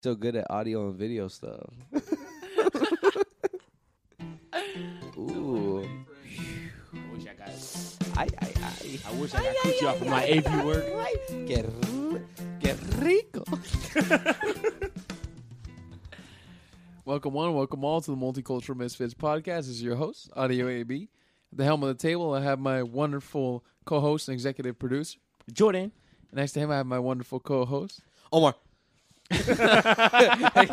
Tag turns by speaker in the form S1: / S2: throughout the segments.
S1: still good at audio and video stuff. Ooh.
S2: I wish I got.
S1: Ay, ay, ay.
S2: I wish I got coochie off of my AP work.
S1: Que, ru- que rico.
S3: Welcome one, welcome all to the Multicultural Misfits podcast. This is your host, Audio AB. At the helm of the table, I have my wonderful co-host and executive producer.
S2: Jordan.
S3: Next to him, I have my wonderful co-host.
S1: Omar. How you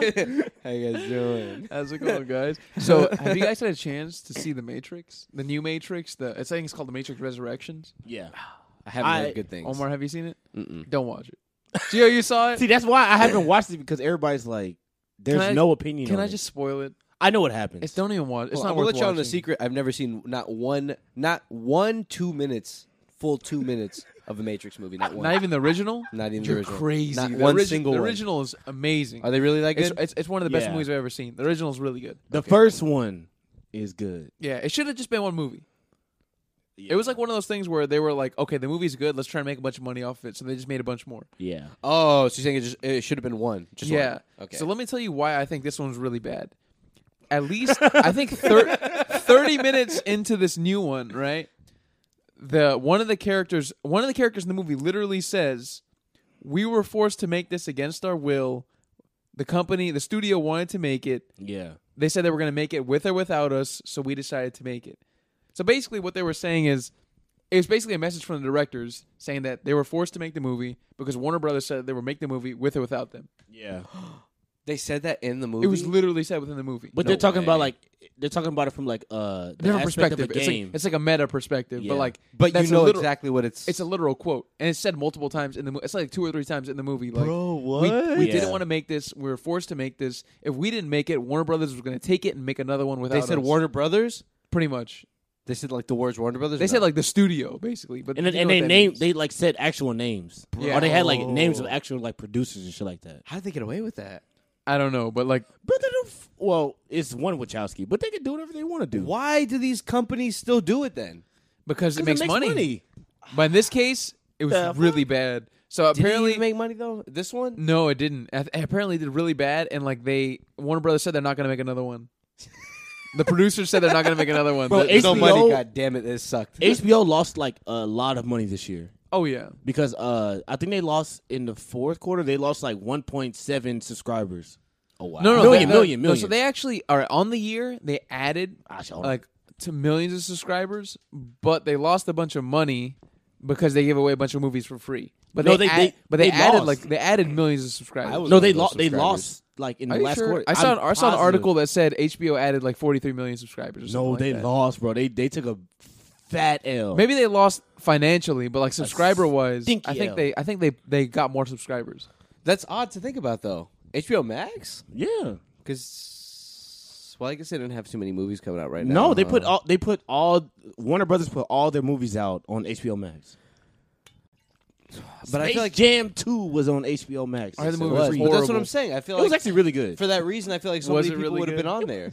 S1: guys doing?
S3: How's it going, guys? So, have you guys had a chance to see the Matrix, the new Matrix? The it's I think it's called the Matrix Resurrections.
S2: Yeah.
S1: I haven't
S2: I-
S1: heard good things.
S3: Omar, have you seen it?
S1: Mm-mm.
S3: Don't watch it. Gio, you saw it.
S2: See, that's why I haven't watched it because everybody's like, there's
S3: Can I-
S2: no opinion.
S3: Can
S2: on
S3: I
S2: it.
S3: just spoil it?
S2: I know what happens.
S3: It's don't even watch. It's
S1: Well,
S3: not
S1: I'm gonna
S3: worth
S1: let you on
S3: watching.
S1: a secret. I've never seen not one, not one, two minutes, full two minutes of a Matrix movie. Not one.
S3: Not even the original.
S1: Not even the
S3: You're
S1: original.
S3: crazy.
S1: Not
S3: The
S1: one
S3: origi-
S1: single
S3: The
S1: one.
S3: original is amazing.
S1: Are they really that
S3: It's,
S1: good?
S3: it's, it's one of the best
S2: Yeah.
S3: movies I've ever seen. The original is really good.
S2: the first one is good.
S3: Yeah, it should have just been one movie. It was like one of those things where they were like, okay, the movie's good. Let's try and make a bunch of money off of it. So they just made a bunch more.
S2: Yeah.
S1: oh, so you're saying it, just, it should have been one? Just
S3: yeah.
S1: One. Okay.
S3: So let me tell you why I think this one's really bad. At least I think thir- 30 minutes into this new one, right? The one of the characters, one of the characters in the movie literally says, "We were forced to make this against our will. The company, the studio wanted to make it.
S2: Yeah.
S3: They said they were going to make it with or without us, so we decided to make it." So basically what they were saying is it was basically a message from the directors saying that they were forced to make the movie because Warner Brothers said they were make the movie with or without them.
S2: Yeah.
S1: they said that in the movie.
S3: It was literally said within the movie.
S2: But
S1: No
S2: they're talking about
S1: way.
S2: like they're talking about it from like uh the
S3: different
S2: aspect
S3: perspective.
S2: of a
S3: it's,
S2: game.
S3: like, it's like a meta perspective,
S2: Yeah.
S3: but like,
S1: but you
S3: that's a
S1: know
S3: literal-
S1: exactly what it's.
S3: It's a literal quote, and it's said multiple times in the. mo- It's like two or three times in the movie. Like,
S1: what?
S3: we, we
S2: Yeah.
S3: didn't want to make this. We were forced to make this. If we didn't make it, Warner Brothers was going to take it and make another one without.
S1: they said
S3: us.
S1: Warner Brothers.
S3: pretty much.
S1: They said like the words Warner Brothers.
S3: They said like the studio, basically. But
S2: and
S3: you
S2: then, and
S3: know what
S2: they
S3: that
S2: named
S3: means.
S2: they like said actual names.
S3: Yeah.
S2: Or they had like
S1: Bro.
S2: names of actual like producers and shit like that.
S1: how did they get away with that?
S3: I don't know, but like
S2: But they don't f- well, it's one Wachowski, but they can do whatever they want to do.
S1: Why do these companies still do it then?
S3: because
S2: 'Cause
S3: it makes, money. But in this case, it was
S2: The
S3: really bad. So
S1: Did
S3: apparently,
S1: they make money though? This one?
S3: No, it didn't. A- Apparently, it did really bad, and like they Warner Brothers said they're not going to make another one. the producers said they're not going to make another one.
S2: Bro,
S3: The-
S1: There's no money.
S2: HBO
S1: God damn it! This sucked.
S2: HBO lost like a lot of money this year
S3: oh yeah,
S2: because uh I think they lost in the fourth quarter. They lost like 1.7 subscribers.
S1: oh wow.
S3: no, no,
S2: Million,
S3: they,
S2: million,
S3: no,
S2: million. Ah,
S3: so they actually are on the year. They added
S2: I saw
S3: like to millions of subscribers, but they lost a bunch of money because they gave away a bunch of movies for free. But
S2: No,
S3: they,
S2: they-
S3: ad-
S2: they-
S3: but they,
S2: they
S3: added
S2: lost.
S3: like they added millions of subscribers.
S1: I was-
S2: no,
S1: one
S2: they
S1: of those
S2: lost. They
S1: subscribers.
S2: lost like in
S3: Are
S2: the
S3: you
S2: last
S3: sure?
S2: quarter.
S3: I saw
S2: I'm
S3: an, I saw an
S2: positive.
S3: article that said HBO added like 43 million subscribers. Or something
S2: No,
S3: like
S2: they
S3: that.
S2: lost, bro. They they took a fat L.
S3: Maybe they lost financially, but like subscriber wise,
S2: stinky
S3: I think
S2: L.
S3: they I think they they got more subscribers.
S1: That's odd to think about though. HBO Max?
S2: yeah.
S1: Because well, I guess they didn't have too many movies coming out right now. Uh,
S2: No, they
S1: huh?
S2: put all they put all Warner Brothers put all their movies out on HBO Max.
S1: But I
S2: Space
S1: feel like
S2: Jam Two was on HBO Max.
S3: I heard the
S2: Yes, it
S3: movie
S1: but
S2: was.
S3: was
S1: that's what
S3: horrible.
S1: I'm saying. I feel
S2: It was
S1: like
S2: actually really good.
S1: for that reason, I feel like so
S3: Was
S1: many
S3: it
S1: people
S3: really
S1: would have been
S3: good?
S1: on there.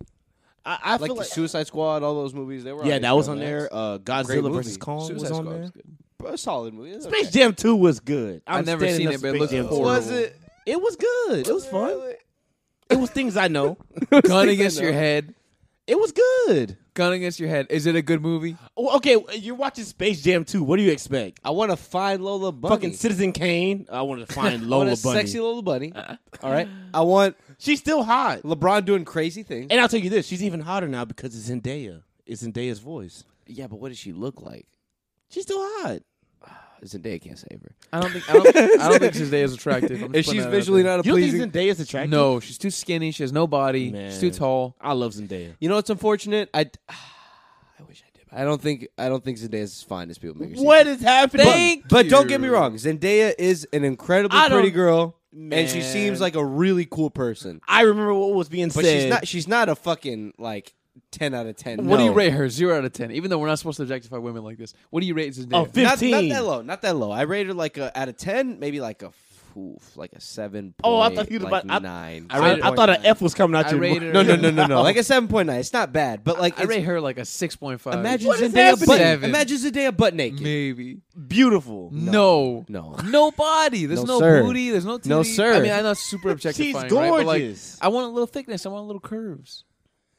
S2: I, I
S1: Like,
S2: feel
S1: the
S2: like
S1: Suicide Squad, all those movies. They were
S2: yeah,
S1: on
S2: that
S1: HBO
S2: was on
S1: Max.
S2: there. Uh,
S1: Great
S2: Godzilla
S1: movie.
S2: versus Kong was
S3: Suicide
S2: on
S3: Squad
S2: there.
S3: was good.
S1: A solid movie. That's
S2: Space
S1: okay.
S2: Jam Two was good.
S3: I've
S2: I'm
S3: never
S2: standing
S3: seen
S2: up
S3: it,
S2: for
S3: but it
S2: Space
S3: looked
S2: Jam 2.
S3: horrible.
S1: Was it?
S2: It was good. It was fun.
S1: Really?
S2: It was things I know.
S3: Gun against your head.
S2: It was good.
S3: Gun against your head. Is it a good movie?
S2: Well, Oh, okay, you're watching Space Jam 2. What do you expect?
S1: I want to find Lola Bunny.
S2: Fucking Citizen Kane. I wanted to find
S1: I want
S2: Lola
S1: a
S2: Bunny.
S1: sexy Lola Bunny. all right. I want
S2: She's still hot.
S1: LeBron doing crazy things.
S2: And I'll tell you this, she's even hotter now because it's Zendaya. It's Zendaya's voice.
S1: yeah, but what does she look like?
S2: She's still hot.
S1: Zendaya can't save her.
S3: I don't think I don't, I don't think Zendaya is attractive. I'm
S1: If
S3: just putting
S1: she's
S3: that out
S1: visually
S3: there.
S1: not a
S2: You don't
S1: pleasing,
S2: think Zendaya's attractive?
S3: No, she's too skinny. She has no body. She's too
S2: Man.
S3: tall.
S2: I love Zendaya.
S1: You know what's unfortunate? I, I wish I did. but I don't think I don't think Zendaya is as fine as people make her. seem.
S2: What is happening?
S1: But, but don't get me wrong. Zendaya is an incredibly
S2: I don't-
S1: pretty girl, and she
S2: Man.
S1: seems like a really cool person.
S2: I remember what was being
S1: But
S2: said.
S1: she's not. She's not a fucking like ten out of ten.
S3: What do you
S1: No.
S3: rate her? Zero out of ten. Even though we're not supposed to objectify women like this, what do you rate Zendaya?
S2: Oh, fif-
S1: Not, not
S2: 15.
S1: that low. Not that low. I rate her like a out of ten, maybe like a oof, like a seven.
S2: Oh, I thought you
S1: point,
S2: were
S1: like
S2: about- I-
S1: nine.
S2: I, rated- I thought an F was coming out
S3: I
S2: your
S3: rated her-
S1: no, no, no, no, no. Like a seven point nine. It's not bad, but like
S3: I
S1: it's-
S3: rate her like a six point five.
S1: imagine
S2: uh, What is
S1: Zendaya
S2: happening?
S1: butt.
S3: Seven.
S1: Imagine Zendaya butt naked.
S3: maybe
S2: beautiful.
S3: no.
S1: No,
S3: No body. There's
S1: No,
S3: no,
S1: sir.
S3: booty. There's no titty.
S1: No, sir.
S3: I mean, I know it's super objectifying,
S2: She's
S3: right? But, like,
S2: gorgeous.
S3: I want a little thickness. I want a little curves.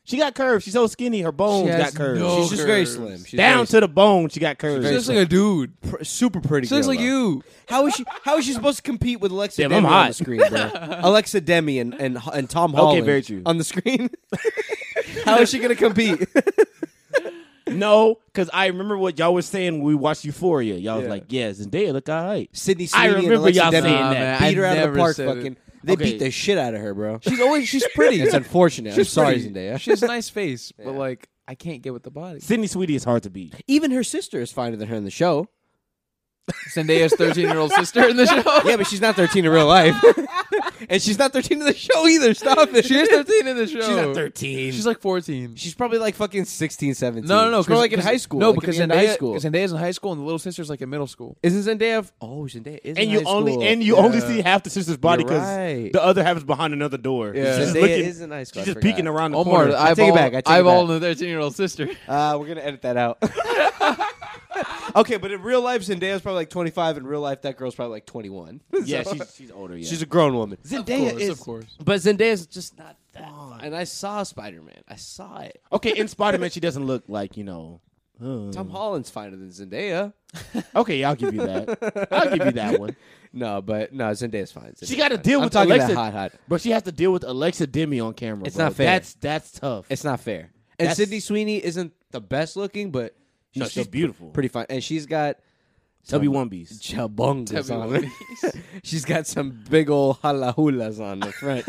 S2: She got curves. She's so skinny. Her bones
S3: She
S2: got
S3: has
S2: curves.
S3: no-
S1: she's just very
S3: Ogres.
S1: slim. She's
S2: Down
S1: very
S2: to the bone, she got curves.
S3: She looks like a dude.
S1: pr- super pretty.
S3: She looks
S1: girl,
S3: like
S1: though.
S3: you.
S1: How is she? How is she supposed to compete with Alexa
S2: Damn, I'm
S1: Demi on
S2: hot.
S1: the screen, bro? Alexa Demi and and, and Tom Holland Uh,
S2: Okay, very true.
S1: on the screen. how is she gonna compete?
S2: No, because I remember what y'all was saying when we watched Euphoria. Y'all was
S1: Yeah.
S2: like, yeah, Zendaya look all right.
S1: Sydney Sweeney
S2: I
S1: and
S2: remember
S1: Alexa
S2: y'all
S1: Demi
S2: saying
S3: Nah,
S2: that.
S3: man.
S1: beat
S3: I
S1: her out of the
S3: never
S1: park.
S3: said it.
S1: Fucking, they
S2: Okay.
S1: beat the shit out of her, bro.
S3: She's always she's pretty.
S1: It's unfortunate. I'm
S3: She's
S1: sorry,
S3: pretty.
S1: Zendaya.
S3: She has a nice face,
S1: Yeah.
S3: but like I can't get with the body.
S2: Sydney Sweetie is hard to beat.
S1: Even her sister is finer than her in the show.
S3: Zendaya's thirteen year old sister in the show.
S1: Yeah, but she's not 13 in real life, and she's not 13 in the show either. Stop it.
S3: She is thirteen in the show.
S2: She's not 13.
S3: She's like fourteen.
S1: She's probably like fucking 16, 17.
S3: no, no, no.
S1: She's more
S3: 'cause-
S1: like in
S3: 'cause-
S1: high school.
S3: No,
S1: like at
S3: because
S1: the end of
S3: Zendaya,
S1: high school.
S3: Zendaya's in high school and the little sister's like in middle school.
S1: Isn't Zendaya? f- Oh, Zendaya is. in
S2: and you
S1: high
S2: only
S1: school.
S2: and you only see half the sister's body
S1: You're
S2: because
S1: right.
S2: the other half is behind another door.
S3: Yeah.
S2: She's just
S1: Zendaya
S2: looking-
S1: is in high school.
S2: She's
S1: I
S2: just
S1: forgot.
S2: peeking around the
S3: Omar,
S2: corner.
S3: eyeball,
S1: I take it back, I take it
S3: eyeball
S1: back.
S3: the thirteen year old sister.
S1: Uh, we're gonna edit that out. okay, but in real life, Zendaya's probably like 25. In real life, that girl's probably like 21.
S2: yeah,
S1: So-
S2: she's, she's older. Yeah.
S1: she's a grown woman. Zendaya
S3: course,
S1: is,
S3: of course.
S1: but Zendaya's just not that. fine. And I saw Spider Man. I saw it.
S2: okay, in Spider Man, she doesn't look like you know. uh,
S1: Tom Holland's finer than Zendaya.
S2: okay, yeah, I'll give you that. I'll give you that one.
S1: No, but no, Zendaya's fine. Zendaya's
S2: She got to
S1: fine.
S2: deal
S1: I'm
S2: with
S1: talking about
S2: Alexa,
S1: hot, hot.
S2: but she has to deal with Alexa Demi on camera.
S1: It's
S2: bro.
S1: not fair.
S2: That's that's tough.
S1: It's not fair. And
S2: That's-
S1: Sydney Sweeney isn't the best looking, but she's,
S2: no, she's
S1: still
S2: beautiful.
S1: pretty fine. And she's got
S2: Tubby Wumbies.
S1: chabungas
S3: Tubby
S1: on her. she's got some big old hula hulas on the front.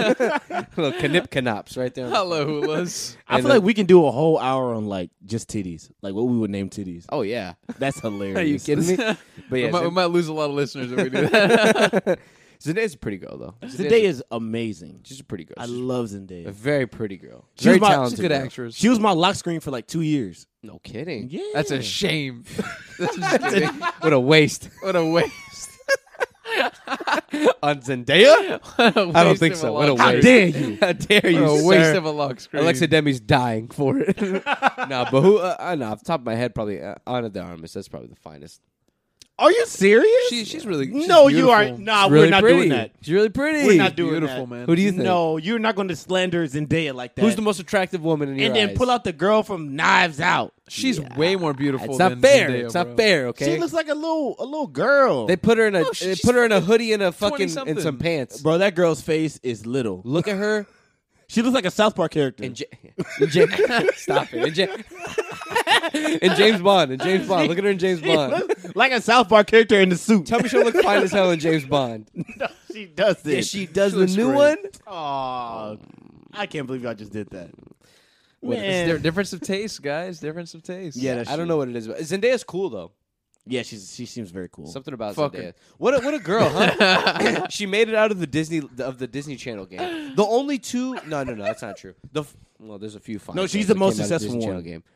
S1: Little knip knops right there. on the front.
S3: Hello, hulas.
S2: I feel
S1: then-
S2: like we can do a whole hour on like just titties, like what we would name titties.
S1: Oh yeah.
S2: That's hilarious.
S1: Are you kidding me? But
S3: we,
S1: yeah,
S3: might, we
S1: Zend-
S3: might lose a lot of listeners if we do that.
S1: Zendaya's a pretty girl though.
S2: Zendaya is amazing.
S1: She's a pretty girl.
S2: I
S1: She's
S2: love
S1: a
S2: Zendaya.
S1: very pretty girl.
S2: She
S1: very
S2: was my- she's a
S1: talented
S3: Good
S1: girl.
S3: actress.
S2: She was my lock screen for like two years.
S1: No kidding.
S2: Yeah,
S3: That's a shame. That's just kidding.
S1: What a waste
S3: what a waste.
S1: on Zendaya.
S3: What a
S1: I don't
S3: waste
S1: think
S3: of
S1: so.
S3: a
S1: What a
S3: lock
S1: waste.
S2: How dare you?
S3: screen.
S1: How dare you,
S3: What a
S1: sir.
S3: waste of a lock screen.
S1: Alexa Demi's dying for it. nah, but who? Uh, I know off the top of my head, probably uh, Ana de Armas. That's probably the finest.
S2: Are you serious?
S3: She, she's really she's
S2: no, you are.
S3: beautiful.
S2: Nah,
S1: She's really
S2: we're not
S1: pretty.
S2: doing that.
S1: She's really pretty.
S2: We're not doing
S3: beautiful,
S2: that.
S3: man.
S1: Who do you think?
S2: No, you're not going to slander Zendaya like that.
S1: Who's the most attractive woman in your
S2: and then
S1: eyes?
S2: pull out the girl from Knives Out.
S3: She's way more beautiful.
S1: It's not
S3: than
S1: fair.
S3: Zendaya,
S1: it's not
S3: bro.
S1: fair. Okay.
S2: She looks like a little a little girl.
S1: they put her in a. they
S3: she's
S1: put her in a hoodie and a fucking and
S3: 20-something.
S1: some pants.
S2: Bro, that girl's face is little.
S1: Look at her
S2: She looks like a South Park character.
S1: and, ja- and Ja- stop it and, ja- and James Bond and James Bond. Look at her in James Bond.
S2: like a South Park character in the suit.
S1: Tell me she'll look fine as hell in James Bond.
S2: No, she does this.
S1: If she does
S3: She
S1: the
S3: looks
S1: new
S3: great.
S1: one,
S2: Aw, I can't believe y'all just did that.
S3: What-
S2: Man.
S3: it's di- difference of taste, guys. Difference of taste.
S2: Yeah, that's
S1: I don't
S2: true.
S1: know what it is. But Zendaya's cool though.
S2: Yeah, she's she seems very cool.
S1: Something about
S3: Fuck
S1: Zendaya.
S3: her.
S1: What a, what a girl, huh? she made it out of the Disney of the Disney Channel game. The only two? No, no, no. That's not true. The f- well, there's a few. Fine
S2: No,
S1: girls
S2: she's the
S1: that came out
S2: most
S1: of the
S2: successful
S1: Disney
S2: one.
S1: Channel game. Uh,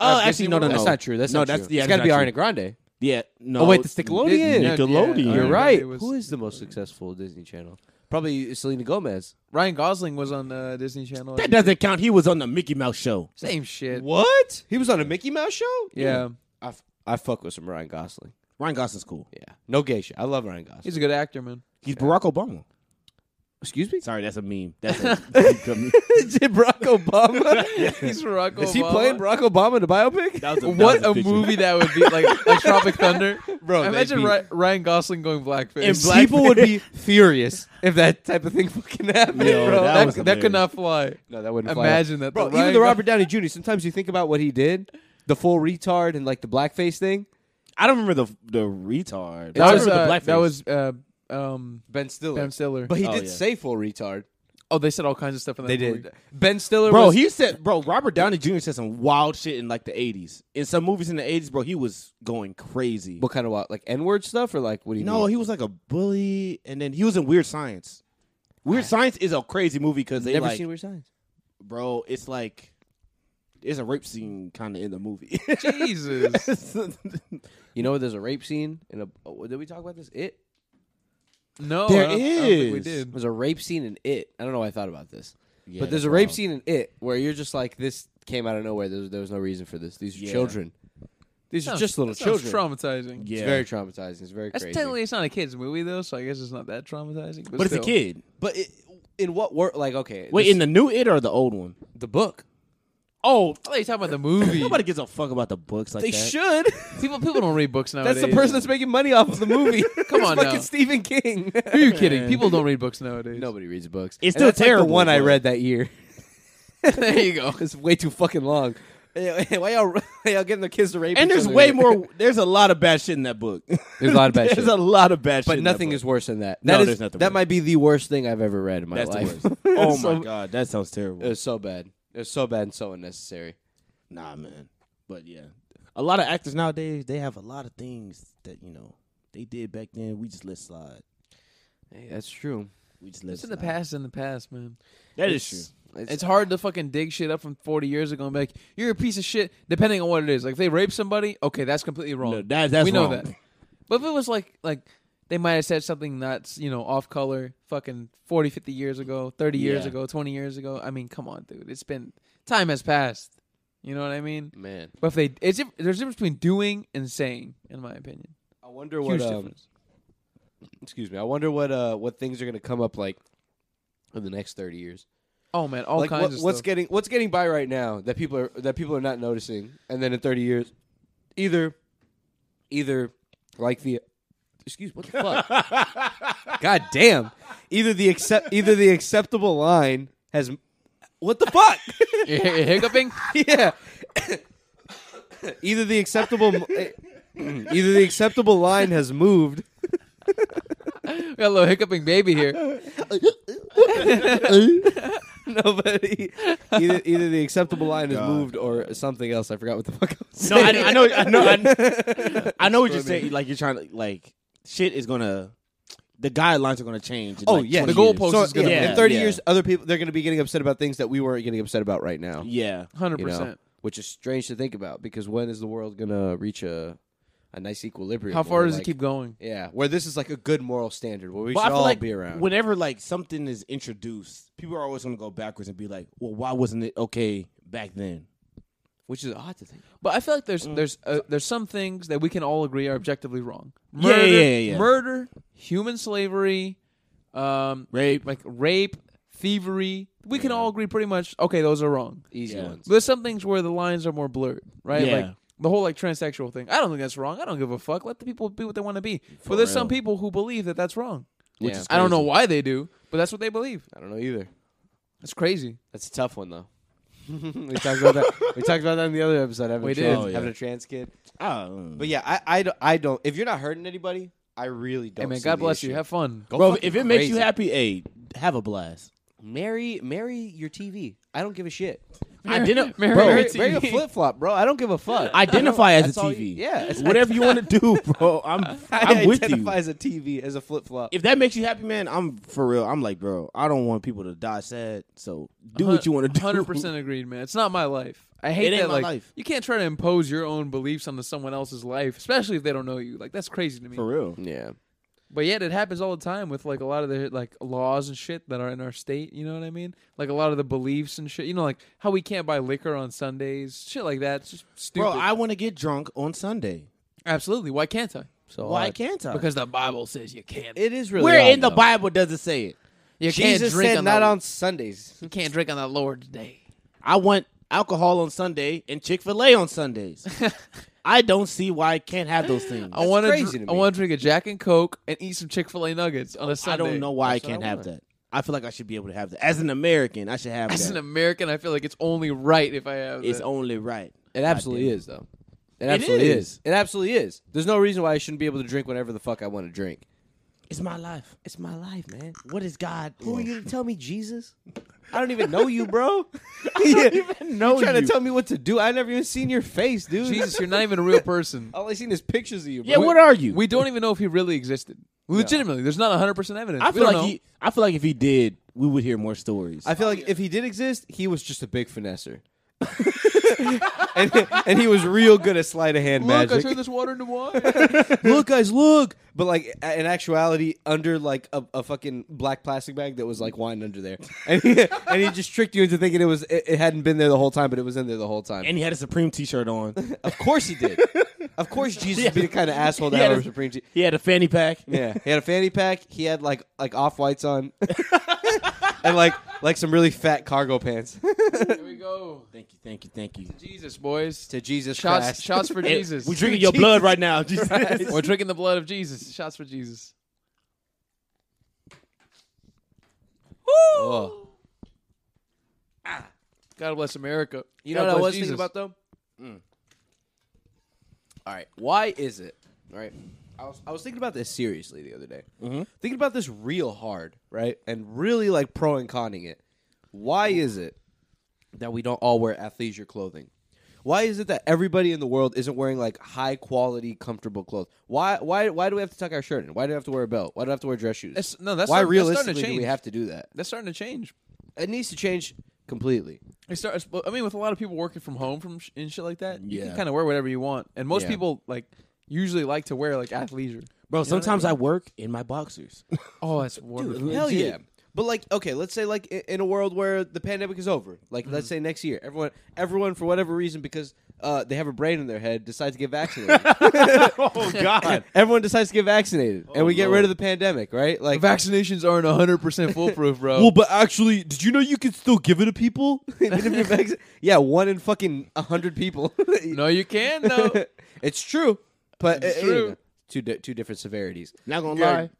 S2: Oh,
S3: I've
S2: actually,
S3: seen
S2: no,
S3: one
S2: no,
S3: of
S2: no.
S3: those.
S1: That's not true. That's
S2: no,
S1: not
S2: that's
S1: true.
S2: yeah.
S1: it's got to be
S2: Ariana
S1: Ariana Grande.
S2: Yeah, no.
S1: Oh, wait, that's Nickelodeon.
S3: Yeah,
S2: Nickelodeon.
S3: yeah.
S1: You're
S3: Ariana
S1: right.
S3: Grande was-
S1: Who is the most successful Disney Channel? Probably Selena Gomez.
S3: Ryan Gosling was on uh, Disney Channel.
S2: That doesn't count. He was on the Mickey Mouse show.
S3: Same shit.
S1: What? He was on a Mickey Mouse show?
S3: Yeah.
S1: I, f- I fuck with some Ryan Gosling.
S2: Ryan Gosling's cool.
S1: Yeah. No gay shit. I love Ryan Gosling.
S3: He's a good actor, man.
S2: He's Barack Obama.
S1: Excuse me?
S2: Sorry, that's a meme. That's a,
S1: Barack Obama?
S3: He's Barack
S1: Is he playing Barack Obama in a biopic?
S2: that was a
S3: What a movie that would be, like, like Tropic Thunder,
S1: Bro,
S3: Imagine
S1: they'd be-
S3: Ry- Ryan Gosling going blackface.
S2: In black-
S1: people would be furious if that type of thing fucking happened,
S2: Yo,
S1: bro.
S2: that
S3: that,
S2: was
S3: that
S2: hilarious.
S3: could not fly.
S1: no, that wouldn't fly.
S3: Imagine that,
S1: bro.
S3: though.
S1: even
S3: Ryan
S1: the
S3: Go-
S1: Robert Downey Jr. Sometimes you think about what he did, the full retard and like the blackface thing.
S2: I don't remember the the retard.
S3: That
S2: I
S3: was,
S2: remember
S3: uh,
S2: the blackface.
S3: that was uh, um,
S1: Ben Stiller,
S3: Ben Stiller.
S1: but he
S2: Oh,
S1: did
S2: yeah.
S1: say full retard.
S3: oh, they said all kinds of stuff in that
S1: They
S3: movie.
S1: did. Ben Stiller,
S2: bro.
S1: was-
S2: He said, bro, Robert Downey Jr. said some wild shit in like the eighties. In some movies in the eighties, bro, he was going crazy.
S1: what kind of wild- like N word stuff or like what do you
S2: No,
S1: mean?
S2: he was like a bully, and then he was in Weird Science. Weird Science is a crazy movie because they
S1: Ah. never
S2: like,
S1: seen Weird Science.
S2: bro, it's like there's a rape scene kind of in the movie.
S3: Jesus.
S1: You know, there's a rape scene in a. Oh, did we talk about this? It.
S3: No,
S2: There
S3: I don't- I don't think we
S2: is.
S3: did.
S1: There's a rape scene in It. I don't know why I thought about this.
S2: Yeah,
S1: but there's
S2: that's
S1: a rape
S2: wild.
S1: scene in It where you're just like, this came out of nowhere. There was, there was no reason for this. These are
S2: Yeah.
S1: children. These are
S3: Sounds-
S1: just little
S3: that sounds
S1: children.
S3: Traumatizing.
S2: Yeah.
S1: It's very traumatizing. It's very
S3: That's
S1: crazy.
S3: technically it's not a kids movie though, so I guess it's not that traumatizing. But,
S2: But it's a
S3: still.
S2: kid.
S1: But it, in what world? Like, okay.
S2: Wait,
S1: this-
S2: in the new it or the old one?
S1: the book.
S3: Oh, I thought you were talking about the movie.
S2: Nobody gives a fuck about the books like
S1: They
S2: that.
S1: should.
S3: people people don't read books nowadays.
S1: That's the person that's making money off of the movie.
S3: Come on
S1: It's
S3: now.
S1: fucking Stephen King.
S3: Who are you kidding?
S2: Man.
S3: People don't read books nowadays.
S1: Nobody reads books.
S2: It's
S1: And
S2: still
S1: that's, like, the
S2: terrible,
S1: one I
S2: but-
S1: read that year.
S3: there you go.
S1: It's way too fucking long. Eh, eh, Why y'all, why y'all getting the kids to rape?
S2: And
S1: each
S2: there's
S1: other?
S2: way more. There's a lot of bad shit in that book.
S1: There's a lot of bad
S2: There's
S1: shit.
S2: a lot of bad shit.
S1: But
S2: in that
S1: nothing
S2: book.
S1: is worse than that.
S2: No,
S1: That is-
S2: there's nothing
S1: That
S2: worse.
S1: might be the worst thing I've ever read in my
S2: That's
S1: life.
S2: the worst. Oh
S1: So-
S2: my god, that sounds terrible.
S1: It was so bad. It was so bad and so unnecessary.
S2: Nah, man. But yeah, a lot of actors nowadays they have a lot of things that you know they did back then. We just let slide.
S1: Hey, that's true.
S2: We just let.
S3: It's in
S2: slide.
S3: the past. In the past, man.
S2: That
S1: It's-
S2: is true.
S1: It's,
S3: It's hard to fucking dig shit up from 40 years ago and be like, you're a piece of shit, depending on what it is. Like, if they rape somebody, okay, that's completely wrong.
S2: No, that- that's
S3: we know
S2: wrong.
S3: that. But if it was like, like, they might have said something that's, you know, off color fucking 40, 50 years ago, 30 years
S2: Yeah.
S3: ago, 20 years ago. I mean, come on, dude. It's been, time has passed. You know what I mean?
S1: man.
S3: But if they, it's, if, there's a difference between doing and saying, in my opinion.
S1: I wonder
S3: Huge
S1: what. Um,
S3: difference.
S1: excuse me. I wonder what. Uh, what things are going to come up like in the next thirty years?
S3: Oh, man, all
S1: like
S3: kinds
S1: what-
S3: of
S1: what's
S3: stuff.
S1: getting what's getting by right now that people are that people are not noticing, and then in thirty years, either, either like the. Excuse what the fuck? God damn! Either the accept either the acceptable line has, what the fuck?
S3: You're hi- you're hiccuping?
S1: yeah. either the acceptable eh, either the acceptable line has moved.
S3: We got a little hiccuping baby here.
S1: Nobody either, either the acceptable line has moved or something else. I forgot what the fuck I was
S2: No,
S1: saying.
S2: I, I know, I know, I, I know what you're saying. Like you're trying to like shit is gonna. The guidelines are gonna change. in,
S1: Oh,
S2: like,
S1: yeah.
S2: 20
S3: The goalposts
S2: years.
S1: So,
S3: is gonna
S1: yeah,
S2: move.
S1: in 30
S2: Yeah.
S1: years other people they're going to be getting upset about things that we weren't getting upset about right now.
S2: Yeah,
S3: 100%.
S1: You know, which is strange to think about because when is the world going to reach a a nice equilibrium?
S3: How far
S1: where,
S3: does it
S1: like-
S3: keep going?
S1: Yeah, where this is like a good moral standard where we
S2: But I
S1: should
S2: feel
S1: all
S2: like
S1: be around.
S2: whenever like something is introduced, people are always gonna go backwards and be like, "Well, why wasn't it okay back then?"
S1: which is odd to think.
S3: But I feel like there's there's uh, there's some things that we can all agree are objectively wrong.
S2: Yeah, yeah, yeah, yeah.
S3: Murder, human slavery, um,
S2: Rape.
S3: like rape, thievery. We can all agree pretty much. Okay, those are wrong.
S1: Easy
S2: Yeah.
S1: ones.
S3: There's some things where the lines are more blurred, right?
S2: Yeah.
S3: Like the whole like transsexual thing. I don't think that's wrong. I don't give a fuck. Let the people be what they want to be. but there's some
S2: real.
S3: people who believe that that's wrong.
S1: Which
S2: Yeah. is
S3: I don't know
S2: crazy.
S3: why they do, but that's what they believe.
S1: I don't know either.
S3: That's crazy.
S1: That's a tough one though. we talked about that. We talked about that in the other episode. Having
S3: We
S1: a
S3: did.
S1: trans,
S2: Oh, yeah.
S1: having a trans kid.
S2: Oh,
S1: But yeah, I, I, don't- I don't. If you're not hurting anybody, I really don't.
S3: Hey man,
S1: see
S3: God
S1: the
S3: bless you.
S1: issue.
S3: Have fun.
S1: Go
S2: bro,
S1: fucking
S2: if it makes
S1: crazy.
S2: you happy, hey, have a blast.
S1: marry marry your TV. I don't give a shit.
S2: Identi-
S3: Mary-
S2: bro,
S1: Marry,
S3: Mary-
S1: marry a
S3: TV.
S1: flip flop, bro. I don't give a fuck.
S2: identify as
S1: That's
S2: a
S1: all
S2: TV.
S1: you- yeah, it's-
S2: whatever you want to do, bro. I'm
S1: I
S2: I'm with you.
S1: identify as a TV as a flip flop.
S2: If that makes you happy, man, I'm for real. I'm like, bro, I don't want people to die sad. So do what you want to do.
S3: Hundred percent agreed, man. It's not my life. I hate
S2: It ain't
S3: that.
S2: my
S3: like,
S2: life.
S3: you can't try to impose your own beliefs onto someone else's life, especially if they don't know you. Like, that's crazy to me.
S2: for real.
S1: Yeah,
S3: But yet, it happens all the time with like a lot of the like laws and shit that are in our state. You know what I mean? Like a lot of the beliefs and shit. You know, like how we can't buy liquor on Sundays, shit like that. It's just stupid.
S2: Bro, I want to get drunk on Sunday.
S3: absolutely. Why can't I? uh,
S1: so
S2: Why
S1: odd.
S2: can't I?
S3: Because the Bible says you can't.
S1: it is really
S2: where
S1: odd,
S2: in the
S1: though.
S2: Bible does it say it?
S3: you
S1: Jesus
S3: can't drink
S1: said
S3: on
S1: not
S3: the,
S1: on Sundays.
S3: You can't drink on the Lord's day.
S2: I want alcohol on Sunday and Chick Fil A on Sundays. I don't see why I can't have those things.
S3: I want
S1: crazy to
S3: I
S1: me.
S3: want to drink a Jack and Coke and eat some Chick Fil A nuggets on a
S2: I
S3: Sunday.
S2: don't know why I
S1: That's what
S2: can't
S1: I
S2: have
S1: want.
S2: that. I feel like I should be able to have that. As an American, I should have
S3: As
S2: that.
S3: an American, I feel like it's only right if I have.
S2: it's
S3: that.
S2: only right.
S1: It absolutely
S2: damn.
S1: is, though. It absolutely
S2: is.
S1: is. It absolutely is. There's no reason why I shouldn't be able to drink whatever the fuck I want to drink.
S2: It's my life.
S1: It's my life, man.
S2: What is God?
S1: Who are you to tell me, Jesus? I don't even know you, bro.
S2: even know
S1: You're trying
S2: you.
S1: to tell me what to do. I never even seen your face, dude.
S3: Jesus, you're not even a real person.
S1: All I seen is pictures of you. Bro.
S2: Yeah, what are you?
S3: We don't even know if he really existed. Legitimately, there's not 100% evidence.
S2: I
S3: We
S2: feel
S3: don't
S2: like
S3: know.
S2: he, I feel like if he
S1: Oh,
S2: did, we would hear more stories.
S1: I feel like if he did exist, he was just a big finesser. and, and he was real good at sleight of hand
S3: Look, I
S1: magic.
S3: turned this water into wine.
S1: look, guys, look. But like a- in actuality, under like a, a fucking black plastic bag that was like wine under there, and he, and he just tricked you into thinking it was it, it hadn't been there the whole time, but it was in there the whole time.
S2: And he had a Supreme T-shirt on.
S1: of course he did. of course Jesus would be the kind of asshole that
S2: Yeah,
S1: would
S2: it-
S1: Supreme G.
S2: he had a fanny pack.
S1: Yeah, he had a fanny pack. He had like like off whites on, and like like some really fat cargo pants.
S3: Here we go.
S2: Thank you, thank you, thank you.
S3: Jesus, boys.
S1: to Jesus
S3: Shots,
S1: Christ.
S3: shots for
S2: Hey,
S3: Jesus.
S2: We're drinking your blood right now. Jesus.
S3: We're drinking the blood of Jesus. Shots for Jesus.
S1: Oh.
S3: God bless America.
S1: You
S3: God
S1: know what I
S3: bless
S1: was
S3: Jesus.
S1: thinking about though? All right, why is it? All right, I was I was thinking about this seriously the other day.
S3: Mm-hmm.
S1: Thinking about this real hard, right, and really like pro and conning it. Why is it that we don't all wear athleisure clothing? Why is it that everybody in the world isn't wearing like high quality, comfortable clothes? Why why why do we have to tuck our shirt in? Why do we have to wear a belt? Why do we have to wear dress shoes?
S3: That's- no, that's
S1: why
S3: starting- that's starting to
S1: realistically do we
S3: change.
S1: have to do that?
S3: That's starting to change.
S1: It needs to change completely.
S3: It starts. I mean, with a lot of people working from home from sh- and shit like that, you
S2: Yeah.
S3: can kind of wear whatever you want. And most
S1: Yeah.
S3: people like usually like to wear like athleisure.
S2: Bro, sometimes I work in my boxers.
S3: Oh, that's wonderful.
S1: Hell
S2: Legit.
S1: yeah. But like, okay, let's say like i- in a world where the pandemic is over, like let's say next year, everyone, everyone for whatever reason, because uh, they have a brain in their head, decides to get vaccinated.
S2: oh God.
S1: everyone decides to get vaccinated, and we get rid of the pandemic, right? Like,
S3: Vaccinations aren't hundred percent foolproof, bro.
S1: Oh, but actually, did you know you can still give it to people? yeah, one in fucking a hundred people.
S3: no, you can though.
S1: it's true, but
S3: It's
S1: uh,
S3: true.
S1: you know, two di- two different severities.
S2: Not gonna
S3: Yeah.
S2: lie,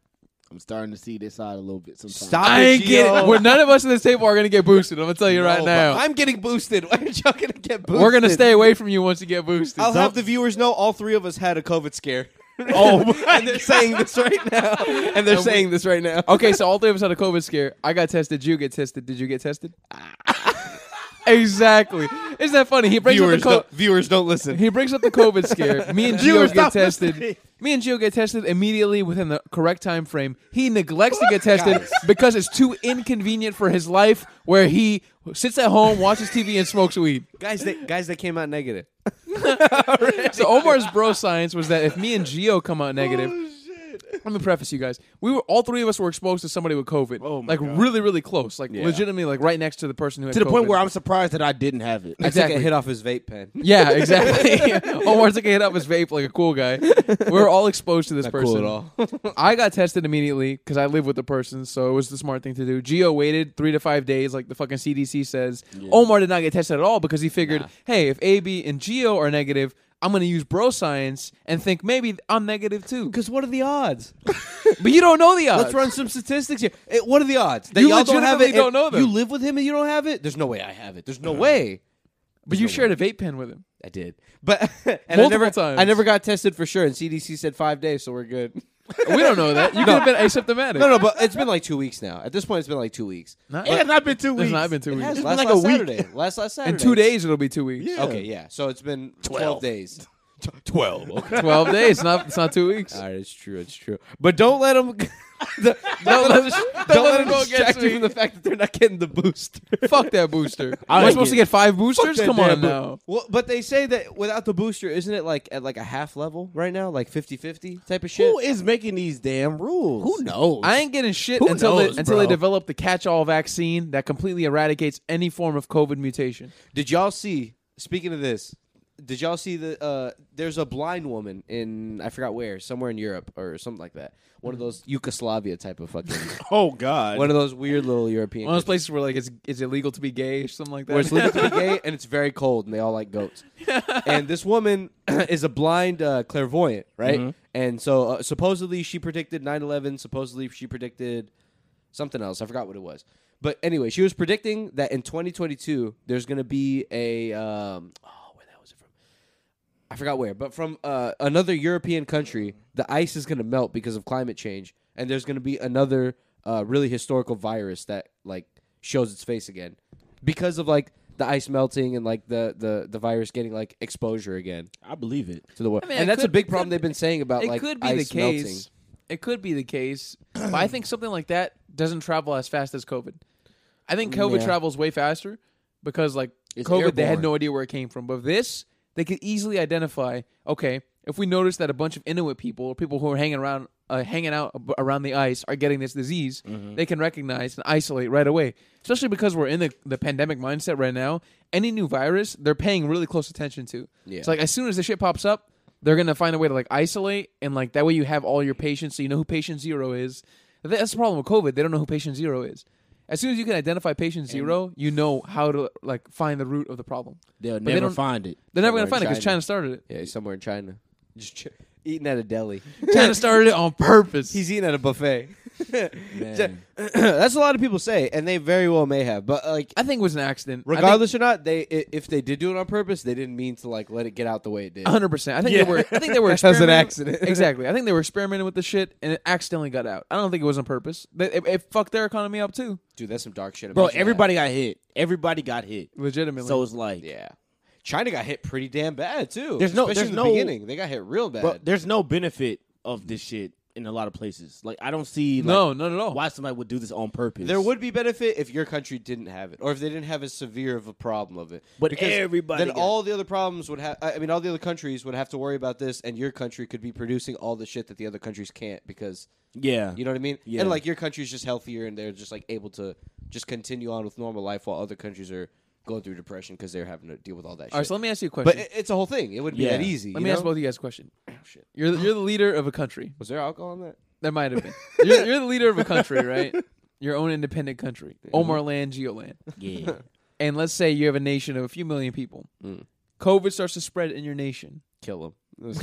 S2: I'm starting to see this side a little bit. Sometimes.
S1: Stop
S3: I ain't
S1: Gio.
S3: getting. Well, none of us at this table are gonna get boosted. I'm gonna tell you right
S1: No, but
S3: now.
S1: I'm getting boosted. Why are y'all gonna get boosted?
S3: We're gonna stay away from you once you get boosted.
S1: I'll have the viewers know all three of us had a COVID scare.
S2: Oh,
S1: and they're saying this right now. And they're
S3: And we-
S1: saying this right now.
S3: okay, so all three of us had a COVID scare. I got tested. You get tested. Did you get tested? exactly. Isn't that funny? He brings up the COVID.
S1: viewers don't listen.
S3: He brings up the COVID scare. Me and
S2: Viewers,
S3: Gio get
S2: stop
S3: tested.
S2: listening.
S3: Me and Gio get tested immediately within the correct time frame. He neglects to get tested because it's too inconvenient for his life, where he sits at home, watches TV, and smokes weed.
S1: Guys, they, guys, they came out negative.
S3: So Omar's bro science was that if me and Gio come out negative.
S2: Oh,
S3: Let me preface you guys. We were all three of us were exposed to somebody with COVID.
S2: Oh my
S3: like
S2: God.
S3: really, really close. Like legitimately, like right next to the person who had
S2: to the point
S3: COVID.
S2: where I'm surprised that I didn't have it.
S1: Exactly.
S3: Exactly.
S1: hit off his vape pen.
S3: Yeah, exactly. Omar took a hit up his vape like a cool guy. We're all exposed to this
S1: Not
S3: person.
S1: cool at all.
S3: I got tested immediately because I live with the person, so it was the smart thing to do. Geo waited three to five days, like the fucking CDC says. Omar did not get tested at all because he figured, hey, if AB and Geo are negative, I'm going to use bro science and think maybe I'm negative too.
S1: Because what are the odds?
S3: But you don't know the odds.
S1: Let's run some statistics here. Eh, what are the odds? That
S3: You
S1: y'all don't have
S3: legitimately
S1: it and
S3: don't know them. Uh-huh.
S1: You live with him and you don't have it? There's no way I have it. There's no way.
S3: But you shared a vape pen with him.
S1: I did. But and I
S3: Multiple
S1: never
S3: times.
S1: I never got tested for sure and CDC said 5 days so we're good.
S3: We don't know that. You could have been asymptomatic.
S1: No, no, but it's been like 2 weeks now. At this point it's been like 2 weeks.
S3: Not-
S2: It has not been two
S3: there's
S2: weeks.
S3: not been two
S1: It has
S3: weeks.
S2: been
S1: last
S2: like
S1: last
S2: a week.
S1: Saturday. Last last Saturday.
S3: In two days, it'll be two weeks.
S2: Yeah.
S1: Okay, yeah. So it's been 12,
S2: Twelve.
S1: days.
S2: Twelve. Okay.
S3: 12 days. Not, it's not two weeks.
S1: All right, it's true. It's true. But don't let them. don't, let
S3: Don't let
S1: them,
S3: 'em-
S1: don't
S3: don't let
S1: let
S3: 'em
S1: 'em
S3: go
S1: distract
S3: against
S1: you
S3: me.
S1: from the fact that they're not getting the booster.
S3: Fuck that booster.
S2: I
S3: Am I
S2: ain't
S3: supposed to
S2: getting-
S3: get five boosters?
S1: That
S3: Come
S1: damn
S3: on
S1: boo-
S3: now.
S1: Well, but they say that without the booster, isn't it like at like a half level right now, like 50-50 type of shit?
S2: Who is making these damn rules? Who knows?
S3: I ain't getting shit
S2: Who
S3: until
S2: knows,
S3: they, until they
S2: bro?
S3: develop the catch-all vaccine that completely eradicates any form of COVID mutation.
S1: Did y'all see? Speaking of this, did y'all see the? Uh, there's a blind woman in I forgot where, somewhere in Europe or something like that. One of those Yugoslavia type of fucking,
S2: oh God.
S1: one of those weird little European.
S3: One of those places where like it's it's illegal to be gay or something like that.
S1: where it's legal to be gay and it's very cold and they all like goats. and this woman is a blind uh, clairvoyant, right?
S3: Mm-hmm.
S1: And so uh, supposedly she predicted 9/11. Supposedly she predicted something else. I forgot what it was. But anyway, she was predicting that in 2022 there's going to be a um, oh where the hell was it from? I forgot where, but from uh, another European country, the ice is going to melt because of climate change, and there's going to be another uh, really historical virus that like shows its face again because of like the ice melting and like the the, the virus getting like exposure again
S2: I believe it.
S1: to the world,
S3: I mean,
S1: and
S3: it
S1: that's a
S3: could-
S1: big
S3: it
S1: problem
S3: could-
S1: they've been saying about
S3: it
S1: like
S3: could be the
S1: ice
S3: case.
S1: melting.
S3: It could be the case, but I think something like that doesn't travel as fast as COVID. I think COVID
S1: Yeah.
S3: travels way faster because like
S1: It's
S3: COVID, they had
S1: airborne.
S3: no idea where it came from. But this, they could easily identify. Okay, if we notice that a bunch of Inuit people, or people who are hanging around, uh, hanging out ab- around the ice, are getting this disease,
S1: Mm-hmm.
S3: they can recognize and isolate right away. Especially because we're in the, the pandemic mindset right now. Any new virus, they're paying really close attention to.
S1: Yeah.
S3: It's like as soon as the shit pops up, they're gonna find a way to like isolate and like that way you have all your patients, so you know who patient zero is. Th- That's the problem with COVID. They don't know who patient zero is. As soon as you can identify patient zero, you know how to like find the root of the problem.
S2: They'll
S3: they
S2: never
S3: don't-
S2: find it.
S3: They're never
S1: Somewhere
S3: gonna find it
S1: in
S3: because
S1: China.
S3: China started it.
S1: Yeah, he's somewhere in China. Just ch- eating at a deli.
S3: China started it on purpose.
S1: He's eating at a buffet. That's a lot of people say, and they very well may have. But like,
S3: I think it was an accident.
S1: regardless or not, they i- if they did do it on purpose, they didn't mean to like let it get out the way it did.
S3: hundred percent. I think
S1: Yeah.
S3: they were. I think they were.
S1: That was an
S3: experimenting-
S1: accident.
S3: exactly. I think they were experimenting with the shit and it accidentally got out. I don't think it was on purpose. They- It, it fucked their economy up too.
S1: Dude, that's some dark shit.
S2: Bro,
S1: Imagine that.
S2: everybody got hit. Everybody got hit.
S3: Legitimately.
S2: So it's like,
S1: Yeah, China got hit pretty damn bad too.
S2: There's no-
S1: Especially
S2: there's
S1: in the
S2: no-
S1: beginning. They got hit real bad.
S2: bro, there's no benefit of this shit in a lot of places. Like, I don't see like,
S3: no, not at all.
S2: why somebody would do this on purpose.
S1: There would be benefit if your country didn't have it, or if they didn't have as severe of a problem of it.
S2: But everybody
S1: then
S2: got-
S1: all the other problems would have. I mean, all the other countries would have to worry about this, and your country could be producing all the shit that the other countries can't because
S2: Yeah.
S1: you know what I mean.
S2: Yeah.
S1: And like your country's just healthier, and they're just like able to just continue on with normal life while other countries are going through depression because they're having to deal with all that
S3: all right.
S1: shit.
S3: So let me ask you a question.
S1: but it, it's a whole thing. It wouldn't
S2: Yeah.
S1: be that easy.
S3: Let
S1: you
S3: me ask
S1: know?
S3: both of you guys a question. You're the, you're the leader of a country.
S1: Was there alcohol in that?
S3: That might have been. You're, you're the leader of a country, right? Your own independent country, Omar Land, Geoland.
S2: Yeah.
S3: And let's say you have a nation of a few million people.
S1: Mm.
S3: COVID starts to spread in your nation.
S1: Kill him. I'm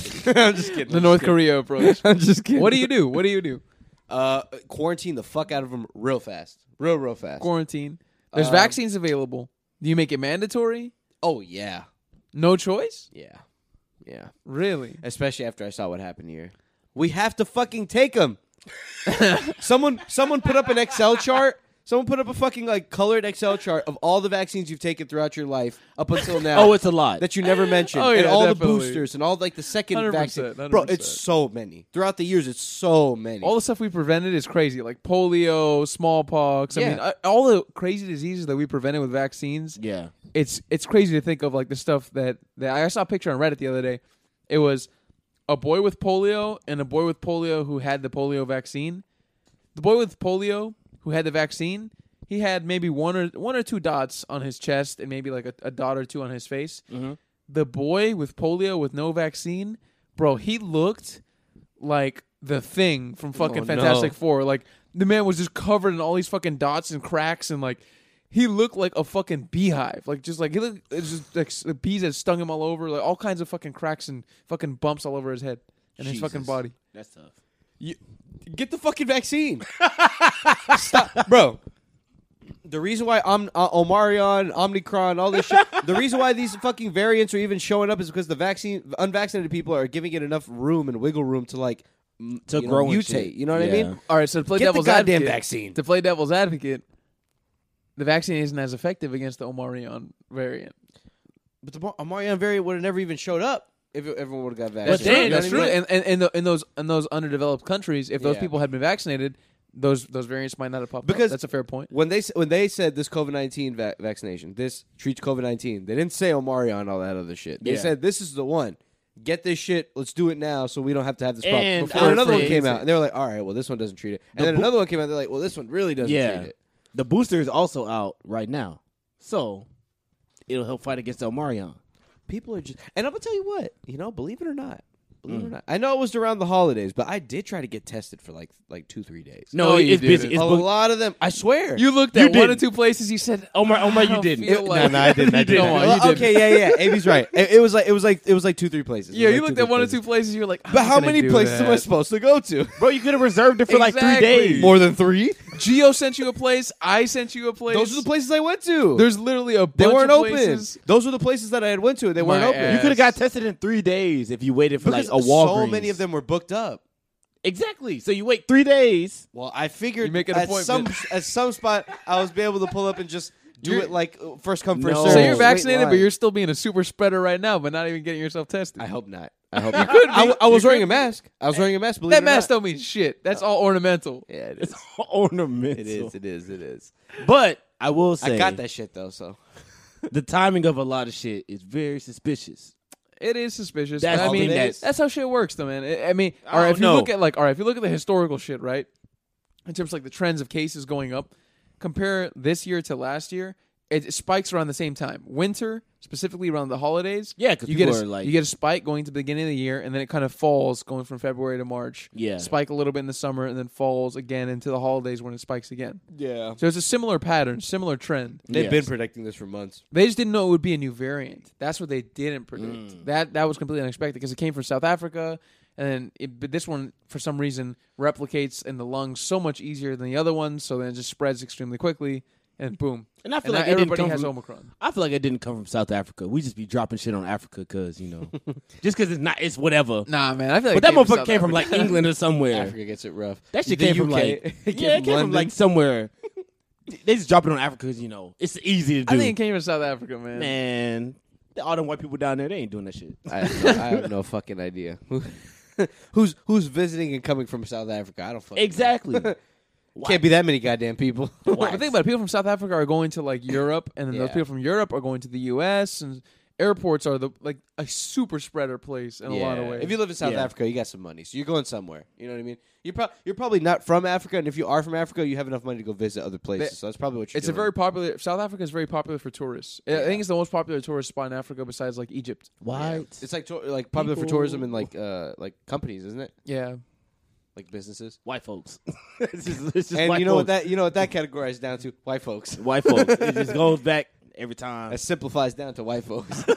S1: just kidding.
S3: The North Korea approach.
S1: I'm just kidding.
S3: What do you do? What do you do?
S1: Uh, quarantine the fuck out of them real fast, real real fast.
S3: Quarantine. There's
S1: Um,
S3: vaccines available. Do you make it mandatory?
S1: oh yeah,
S3: No choice?
S1: yeah, yeah.
S3: Really?
S1: Especially after I saw what happened here, we have to fucking take them. someone, someone put up an Excel chart. Someone put up a fucking like colored Excel chart of all the vaccines you've taken throughout your life up until now.
S2: Oh, it's a lot.
S1: that you never mentioned,
S3: Oh,
S1: and
S3: yeah,
S1: all
S3: definitely.
S1: the boosters and all like the second
S3: 100%,
S1: vaccine. Bro, it's
S3: 100%.
S1: so many throughout the years. It's so many.
S3: All the stuff we prevented is crazy, like polio, smallpox. I
S1: Yeah.
S3: mean, uh, all the crazy diseases that we prevented with vaccines.
S2: yeah.
S3: it's it's crazy to think of like the stuff that, that I saw a picture on Reddit the other day. It was a boy with polio and a boy with polio who had the polio vaccine. The boy with polio who had the vaccine, he had maybe one or one or two dots on his chest and maybe like a, a dot or two on his face.
S1: Mm-hmm.
S3: The boy with polio with no vaccine, bro, he looked like the thing from fucking
S1: Oh,
S3: Fantastic
S1: no.
S3: Four. Like the man was just covered in all these fucking dots and cracks and like he looked like a fucking beehive. Like just like he looked it's just like s- bees that stung him all over, like all kinds of fucking cracks and fucking bumps all over his head and his fucking
S2: Jesus.
S3: body.
S2: That's tough.
S1: You, get the fucking vaccine. Stop, bro. The reason why Om- uh, Omarion, Omnicron, all this shit, the reason why these fucking variants are even showing up is because the vaccine, unvaccinated people are giving it enough room and wiggle room to like m-
S2: To
S1: you
S2: grow
S1: know,
S2: and
S1: mutate.
S2: shit.
S1: You know what I
S2: Yeah.
S1: mean?
S3: All right, so to play
S1: Get the
S3: devil's
S1: goddamn
S3: advocate,
S1: vaccine.
S3: To play devil's advocate, the vaccine isn't as effective against the Omarion variant.
S1: But the Mo- Omarion variant would have never even showed up if it- everyone would have got vaccinated.
S2: That's true.
S1: You know
S2: That's
S1: what I mean?
S3: And and in, the, in those in those underdeveloped countries, if those
S1: Yeah.
S3: people had been vaccinated, those those variants might not have popped
S1: Because-
S3: up. That's a fair point.
S1: When they s- when they said this COVID nineteen va- vaccination, this treats COVID nineteen, they didn't say Omarion and all that other shit. They
S2: Yeah.
S1: said this is the one. Get this shit. Let's do it now, so we don't have to have this problem.
S2: And
S1: Before another one
S2: honestly-
S1: came out, and they were like, "All right, well, this one doesn't treat it." And then another one came out, they're like, "Well, this one really doesn't
S2: Yeah.
S1: treat it."
S2: The booster is also out right now. So it'll help fight against El Marion.
S1: People are just, and I'm gonna tell you what, you know, believe it or not, believe it
S3: Mm.
S1: or not, I know it was around the holidays, but I did try to get tested for like like two three days. Oh,
S3: No, Oh, you
S2: it's busy.
S3: didn't.
S1: a
S2: It's booked.
S1: lot of them, I swear.
S3: You looked
S2: You
S3: at one or
S2: didn't.
S3: two places. You said, "Oh
S2: Omar, Omar,
S3: I
S2: you
S3: don't
S2: didn't.
S3: feel like- You Come on,
S1: Well,
S3: you didn't.
S1: okay, yeah, yeah, Amy's right. It, it was like it was like it was like two three places. It
S3: Yeah,
S1: was
S3: you
S1: like
S3: looked
S1: two,
S3: at
S1: three
S3: one or
S1: places.
S3: two places. You were like,
S1: But how many places am I supposed to go to?
S2: Bro, you could have reserved it for like three
S3: Exactly.
S2: days.
S3: More
S1: than three?
S3: Geo sent you a place. I sent you a place.
S1: Those are the places I went to.
S3: There's literally a bunch
S1: they weren't
S3: of
S1: open.
S3: places.
S1: Those were the places that I had went to. and They weren't
S3: My
S1: open.
S3: ass.
S2: you could have got tested in three days if you waited for
S1: because
S2: like a Walgreens.
S1: so many of them were booked up.
S2: Exactly. So you wait three days.
S1: Well, I figured
S3: You make an
S1: at
S3: appointment.
S1: some at some spot I was be able to pull up and just do
S3: You're-
S1: it like uh, first come first
S2: No.
S1: serve.
S3: So you're
S2: Wait
S3: vaccinated, but you're still being a super spreader right now, but not even getting yourself tested.
S1: I hope not. I hope you could. I, I was wearing a mask. I was wearing a mask. Believe
S3: that
S1: it or
S3: mask
S1: not.
S3: don't mean shit. That's all ornamental.
S1: Yeah, it
S2: It's
S1: is.
S2: ornamental.
S1: It is. It is. It is.
S2: But I will say,
S1: I got that shit though. So
S2: the timing of a lot of shit is very suspicious.
S3: It is suspicious.
S2: That's
S3: I
S2: all
S3: mean,
S2: it
S3: that's,
S2: is.
S3: how shit works, though, man. I, I mean,
S2: I
S3: all right.
S2: don't
S3: If you look
S2: know.
S3: at like, all right, if you look at the historical shit, right, in terms of like the trends of cases going up, compare this year to last year. It it spikes around the same time. Winter, specifically around the holidays.
S2: Yeah, 'cause
S3: you get a,
S2: people
S3: s-
S2: are, like-
S3: you get a spike going to the beginning of the year, and then it kind of falls going from February to March.
S2: Yeah.
S3: spike a little bit in the summer, and then falls again into the holidays when it spikes again.
S1: Yeah.
S3: So it's a similar pattern, similar trend.
S1: They've
S2: Yes.
S1: been predicting this for months.
S3: They just didn't know it would be a new variant. That's what they didn't predict.
S2: Mm.
S3: That that was completely unexpected because it came from South Africa, and then it, but this one for some reason replicates in the lungs so much easier than the other one, so then it just spreads extremely quickly, and boom.
S2: And I feel
S3: And
S2: like
S3: now
S2: it didn't
S3: everybody
S2: come
S3: has
S2: from-
S3: Omicron.
S2: I feel like it didn't come from South Africa. We just be dropping shit on Africa because you know, just because it's not, it's whatever.
S3: Nah, man, I feel like
S2: but that motherfucker came from like England or somewhere.
S1: Africa gets it rough.
S2: That shit
S1: The
S2: came from
S1: UK
S2: like
S1: came
S2: yeah, it
S1: from
S2: came from
S1: London.
S2: like somewhere. they just drop it on Africa because you know it's easy to do.
S3: I think it came from South Africa, man.
S2: man, all them white people down there, they ain't doing that shit.
S1: I have no, I have no fucking idea. who's who's visiting and coming from South Africa? I don't fucking know.
S2: Exactly.
S1: Can't be that many goddamn people.
S3: But think about it. People from South Africa are going to like Europe, and then those
S1: Yeah.
S3: people from Europe are going to the U.S. and airports are the like a super spreader place in a lot of
S2: Yeah.
S3: ways.
S1: If you live in South
S2: Yeah.
S1: Africa, you got some money, so you're going somewhere. You know what I mean? You're pro- you're probably not from Africa, and if you are from Africa, you have enough money to go visit other places.
S3: They-
S1: so that's probably what you're.
S3: It's a very popular. South Africa is very popular for tourists. I- I think it's the most popular tourist spot in Africa besides like Egypt.
S2: Why?
S1: It's like tour like popular for
S2: People-
S1: tourism and like uh like companies, isn't it?
S3: Yeah,
S1: Like businesses.
S2: White folks. it's just, it's just
S1: And
S2: white
S1: you know what
S2: folks.
S1: that you know what that categorizes down to? White folks.
S2: White folks. It just goes back every time.
S1: That simplifies down to white folks.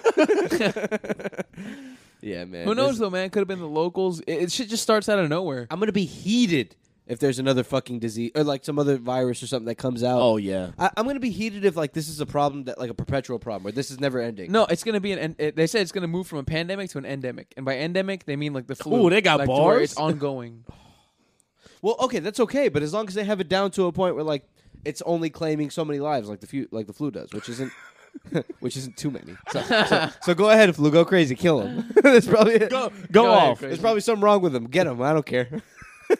S1: yeah, man.
S3: who knows
S1: This-
S3: though, man? Could have been the locals. It, it shit just starts out of nowhere.
S1: I'm gonna be heated if there's another fucking disease or like some other virus or something that comes out.
S2: oh yeah.
S1: I, I'm gonna be heated if like this is a problem that like a perpetual problem or this is never ending.
S3: No, it's gonna be an. en- It, they said it's gonna move from a pandemic to an endemic, and by endemic they mean like the flu.
S2: Ooh, they got
S3: like, to where
S2: bars?
S3: It's ongoing.
S1: Well, okay, that's okay, but as long as they have it down to a point where like it's only claiming so many lives, like the few, like the flu does, which isn't, which isn't too many. So, so, so go ahead, flu, go crazy, kill him. There's probably go,
S3: go ahead, off. crazy.
S1: There's probably something wrong with him. Get him. I don't care.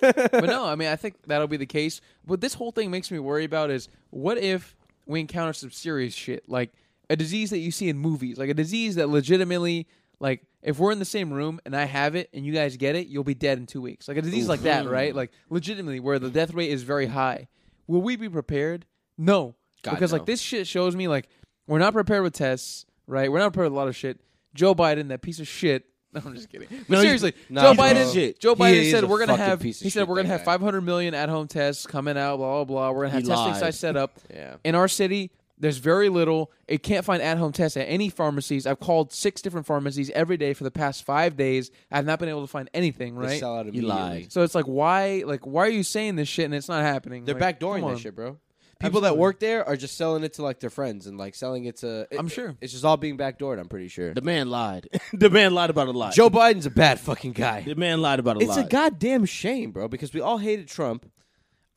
S3: but no, I mean, I think that'll be the case. What this whole thing makes me worry about is what if we encounter some serious shit, like a disease that you see in movies, like a disease that legitimately, like, if we're in the same room and I have it and you guys get it, you'll be dead in two weeks. Like a disease like that, right? Like, legitimately, where the death rate is very high. Will we be prepared? No.
S1: God,
S3: because, like,
S1: no.
S3: this shit shows me, like, we're not prepared with tests, right? We're not prepared with a lot of shit. Joe Biden, that piece of shit. No, I'm just kidding. But
S2: No, he's-
S3: seriously,
S1: nah,
S3: Joe
S1: he's a
S3: Biden,
S2: shit.
S3: Joe
S1: He
S3: Biden
S1: is
S3: said
S1: a
S3: we're gonna
S1: fucking
S3: have.
S1: piece of
S3: he said
S1: shit,
S3: we're gonna
S1: that
S3: have
S1: guy.
S3: 500 million at-home tests coming out. Blah blah blah. We're gonna have
S2: He
S3: testing
S2: lied.
S3: sites set up.
S1: Yeah.
S3: In our city, there's very little. It can't find at-home tests at any pharmacies. I've called six different pharmacies every day for the past five days. I've not been able to find anything.
S1: They
S3: Right.
S1: sell out
S2: He
S1: immediately.
S2: lied.
S3: So it's like, why? Like, why are you saying this shit and it's not happening?
S1: They're
S3: Like,
S1: backdooring
S3: come
S1: that
S3: on.
S1: shit, bro. People that
S3: Absolutely.
S1: work there are just selling it to like their friends and like selling it to. it-
S3: I'm sure.
S1: it's just all being backdoored. I'm pretty sure.
S2: The man lied. the man lied about a lie.
S1: Joe Biden's a bad fucking guy.
S2: The man lied about a
S1: It's
S2: lie.
S1: a goddamn shame, bro, because we all hated Trump,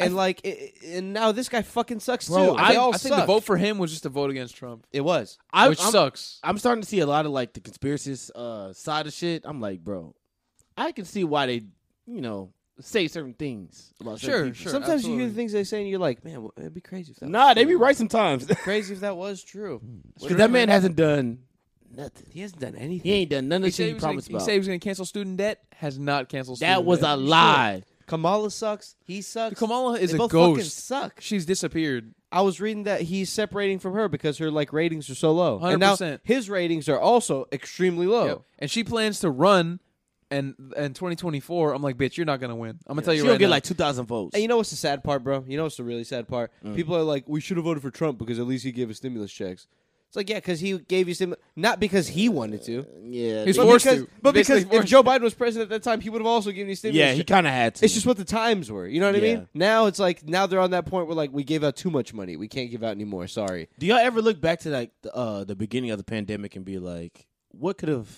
S1: and like, i i- and now this guy fucking sucks
S2: Bro,
S1: too.
S2: I-
S1: They all
S3: I think the
S1: suck.
S3: vote for him was just a vote against Trump,
S1: It was.
S2: I,
S3: which
S2: I'm,
S3: sucks.
S2: I'm starting to see a lot of like the conspiracist uh, side of shit. I'm like, bro, I can see why they, you know, say certain things about certain
S3: Sure,
S2: people.
S3: sure.
S1: Sometimes you hear
S3: absolutely.
S1: the things they say, and you're like, man, well, it'd be crazy if that.
S2: Nah, they be right sometimes.
S1: Crazy if that was true.
S2: Because that man hasn't done nothing.
S1: He hasn't done
S2: He
S1: anything.
S2: ain't done none of the
S3: said
S2: shit he
S3: was gonna-
S2: promised
S3: he
S2: about.
S3: said he was going to cancel student debt. Has not canceled.
S2: that
S3: student
S2: was
S3: debt.
S2: a lie.
S1: Kamala sucks. He sucks.
S3: Kamala is
S1: they
S3: a
S1: both Fucking
S3: ghost.
S1: suck.
S3: She's disappeared.
S1: I was reading that he's separating from her because her like ratings are so low, and now
S3: 100%.
S1: his ratings are also extremely
S2: Oh.
S1: low.
S3: Yep. And she plans to run and and 2024. I'm like, bitch, you're not gonna win. I'm gonna tell you
S2: She'll
S3: right
S2: get
S3: now.
S2: like two thousand votes.
S1: And you know what's the sad part, bro? You know what's the really sad part?
S3: Mm.
S1: People are like, we should have voted for Trump because at least he gave us stimulus checks. It's like, yeah, because he gave you stimulus, not because he wanted to.
S2: yeah,
S3: He's
S2: they-
S1: But
S3: forced
S1: because,
S3: to.
S1: but
S3: Basically
S1: because if
S3: forced
S1: Joe Biden was president at that time, he would have also given you stimulus.
S2: yeah, he
S1: checks.
S2: kind of had to.
S1: it's just what the times were. You know what I
S2: Yeah.
S1: mean? Now it's like now they're on that point where like we gave out too much money. We can't give out anymore. Sorry.
S2: Do y'all ever look back to like the, uh, the beginning of the pandemic and be like, what could have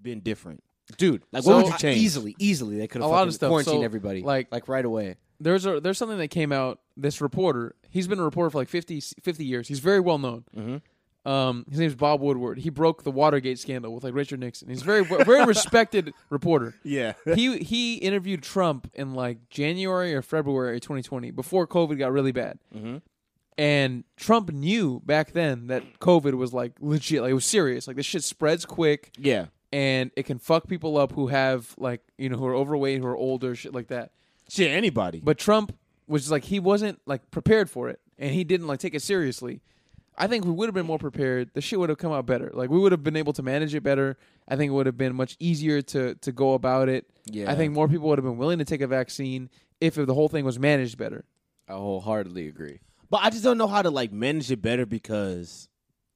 S2: been different?
S1: Dude,
S2: Like,
S1: so
S2: what would you
S1: I-
S2: change?
S1: Easily, easily, they could have
S3: A lot of
S1: fucking
S3: stuff.
S1: quarantined
S3: So,
S1: everybody
S3: like-
S1: like right away.
S3: there's a there's something that came out. This reporter, he's been a reporter for like 50 50 years. He's very well known.
S2: Mm-hmm.
S3: Um, his name's Bob Woodward. He broke the Watergate scandal with like Richard Nixon. He's very very respected reporter.
S2: Yeah.
S3: he he interviewed Trump in like January or February 2020 before COVID got really bad. And Trump knew back then that COVID was like legit, like it was serious. Like this shit spreads quick
S2: Yeah.
S3: and it can fuck people up who have like, you know, who are overweight, who are older, shit like that.
S2: Shit, anybody.
S3: But Trump was just like he wasn't like prepared for it, and he didn't like take it seriously. I think we would have been more prepared. The shit would have come out better. Like we would have been able to manage it better. I think it would have been much easier to to go about it.
S2: Yeah.
S3: I think more people would have been willing to take a vaccine if the whole thing was managed better.
S1: I wholeheartedly agree.
S2: But I just don't know how to like manage it better because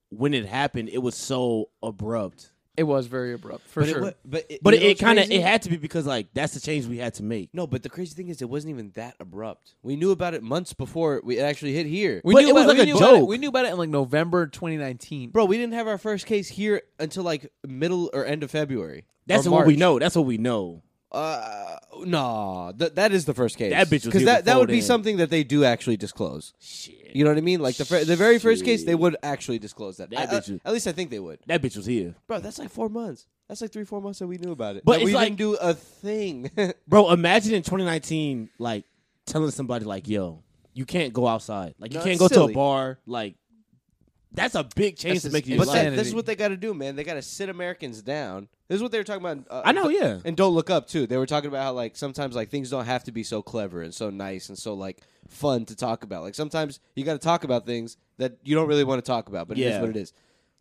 S2: when it happened, it was so abrupt.
S3: It was very abrupt for
S1: But
S3: sure.
S1: it, wa- but it,
S2: But
S1: you
S2: it,
S1: know
S2: it
S1: what's
S2: kind of
S1: crazy?
S2: it had to be because like that's the change we had to make.
S1: No, but the crazy thing is, it wasn't even that abrupt. We knew about it months before it- we it actually hit here.
S3: we
S2: but
S3: knew
S2: it was
S3: about
S2: like
S3: we
S2: a
S3: knew about it-
S2: joke.
S3: we knew about it in like November 2019.
S1: Bro, we didn't have our first case here until like middle or end of February.
S2: That's
S1: or
S2: what we
S1: March.
S2: know. That's what we know.
S1: Uh, nah, th- that is the first case.
S2: That bitch was
S1: because
S2: here
S1: that, that
S2: before
S1: would be
S2: then.
S1: something that they do actually disclose.
S2: Shit,
S1: You know what I mean? Like the fir- the very first case, they would actually disclose that.
S2: That
S1: I-
S2: bitch
S1: uh,
S2: is-
S1: at least I think they would.
S2: that bitch was here,
S1: Bro, that's like four months. That's like three, four months that we knew about it.
S2: But
S1: That
S2: it's
S1: we
S2: like-
S1: didn't do a thing.
S2: bro. Imagine in 2019, like telling somebody like, "Yo, you can't go outside. Like you
S1: No,
S2: can't
S1: it's
S2: go to
S1: silly.
S2: a bar. Like that's a big change
S3: That's
S2: to make
S3: just
S2: you."
S1: but
S2: like,
S1: that, this is
S3: Insanity.
S1: what they got to do, man. They got to sit Americans down. This is what they were talking about. Uh,
S2: I know, yeah.
S1: And don't look up too. They were talking about how like sometimes like things don't have to be so clever and so nice and so like fun to talk about. Like sometimes you got to talk about things that you don't really want to talk about, but it
S2: Yeah.
S1: is what it is.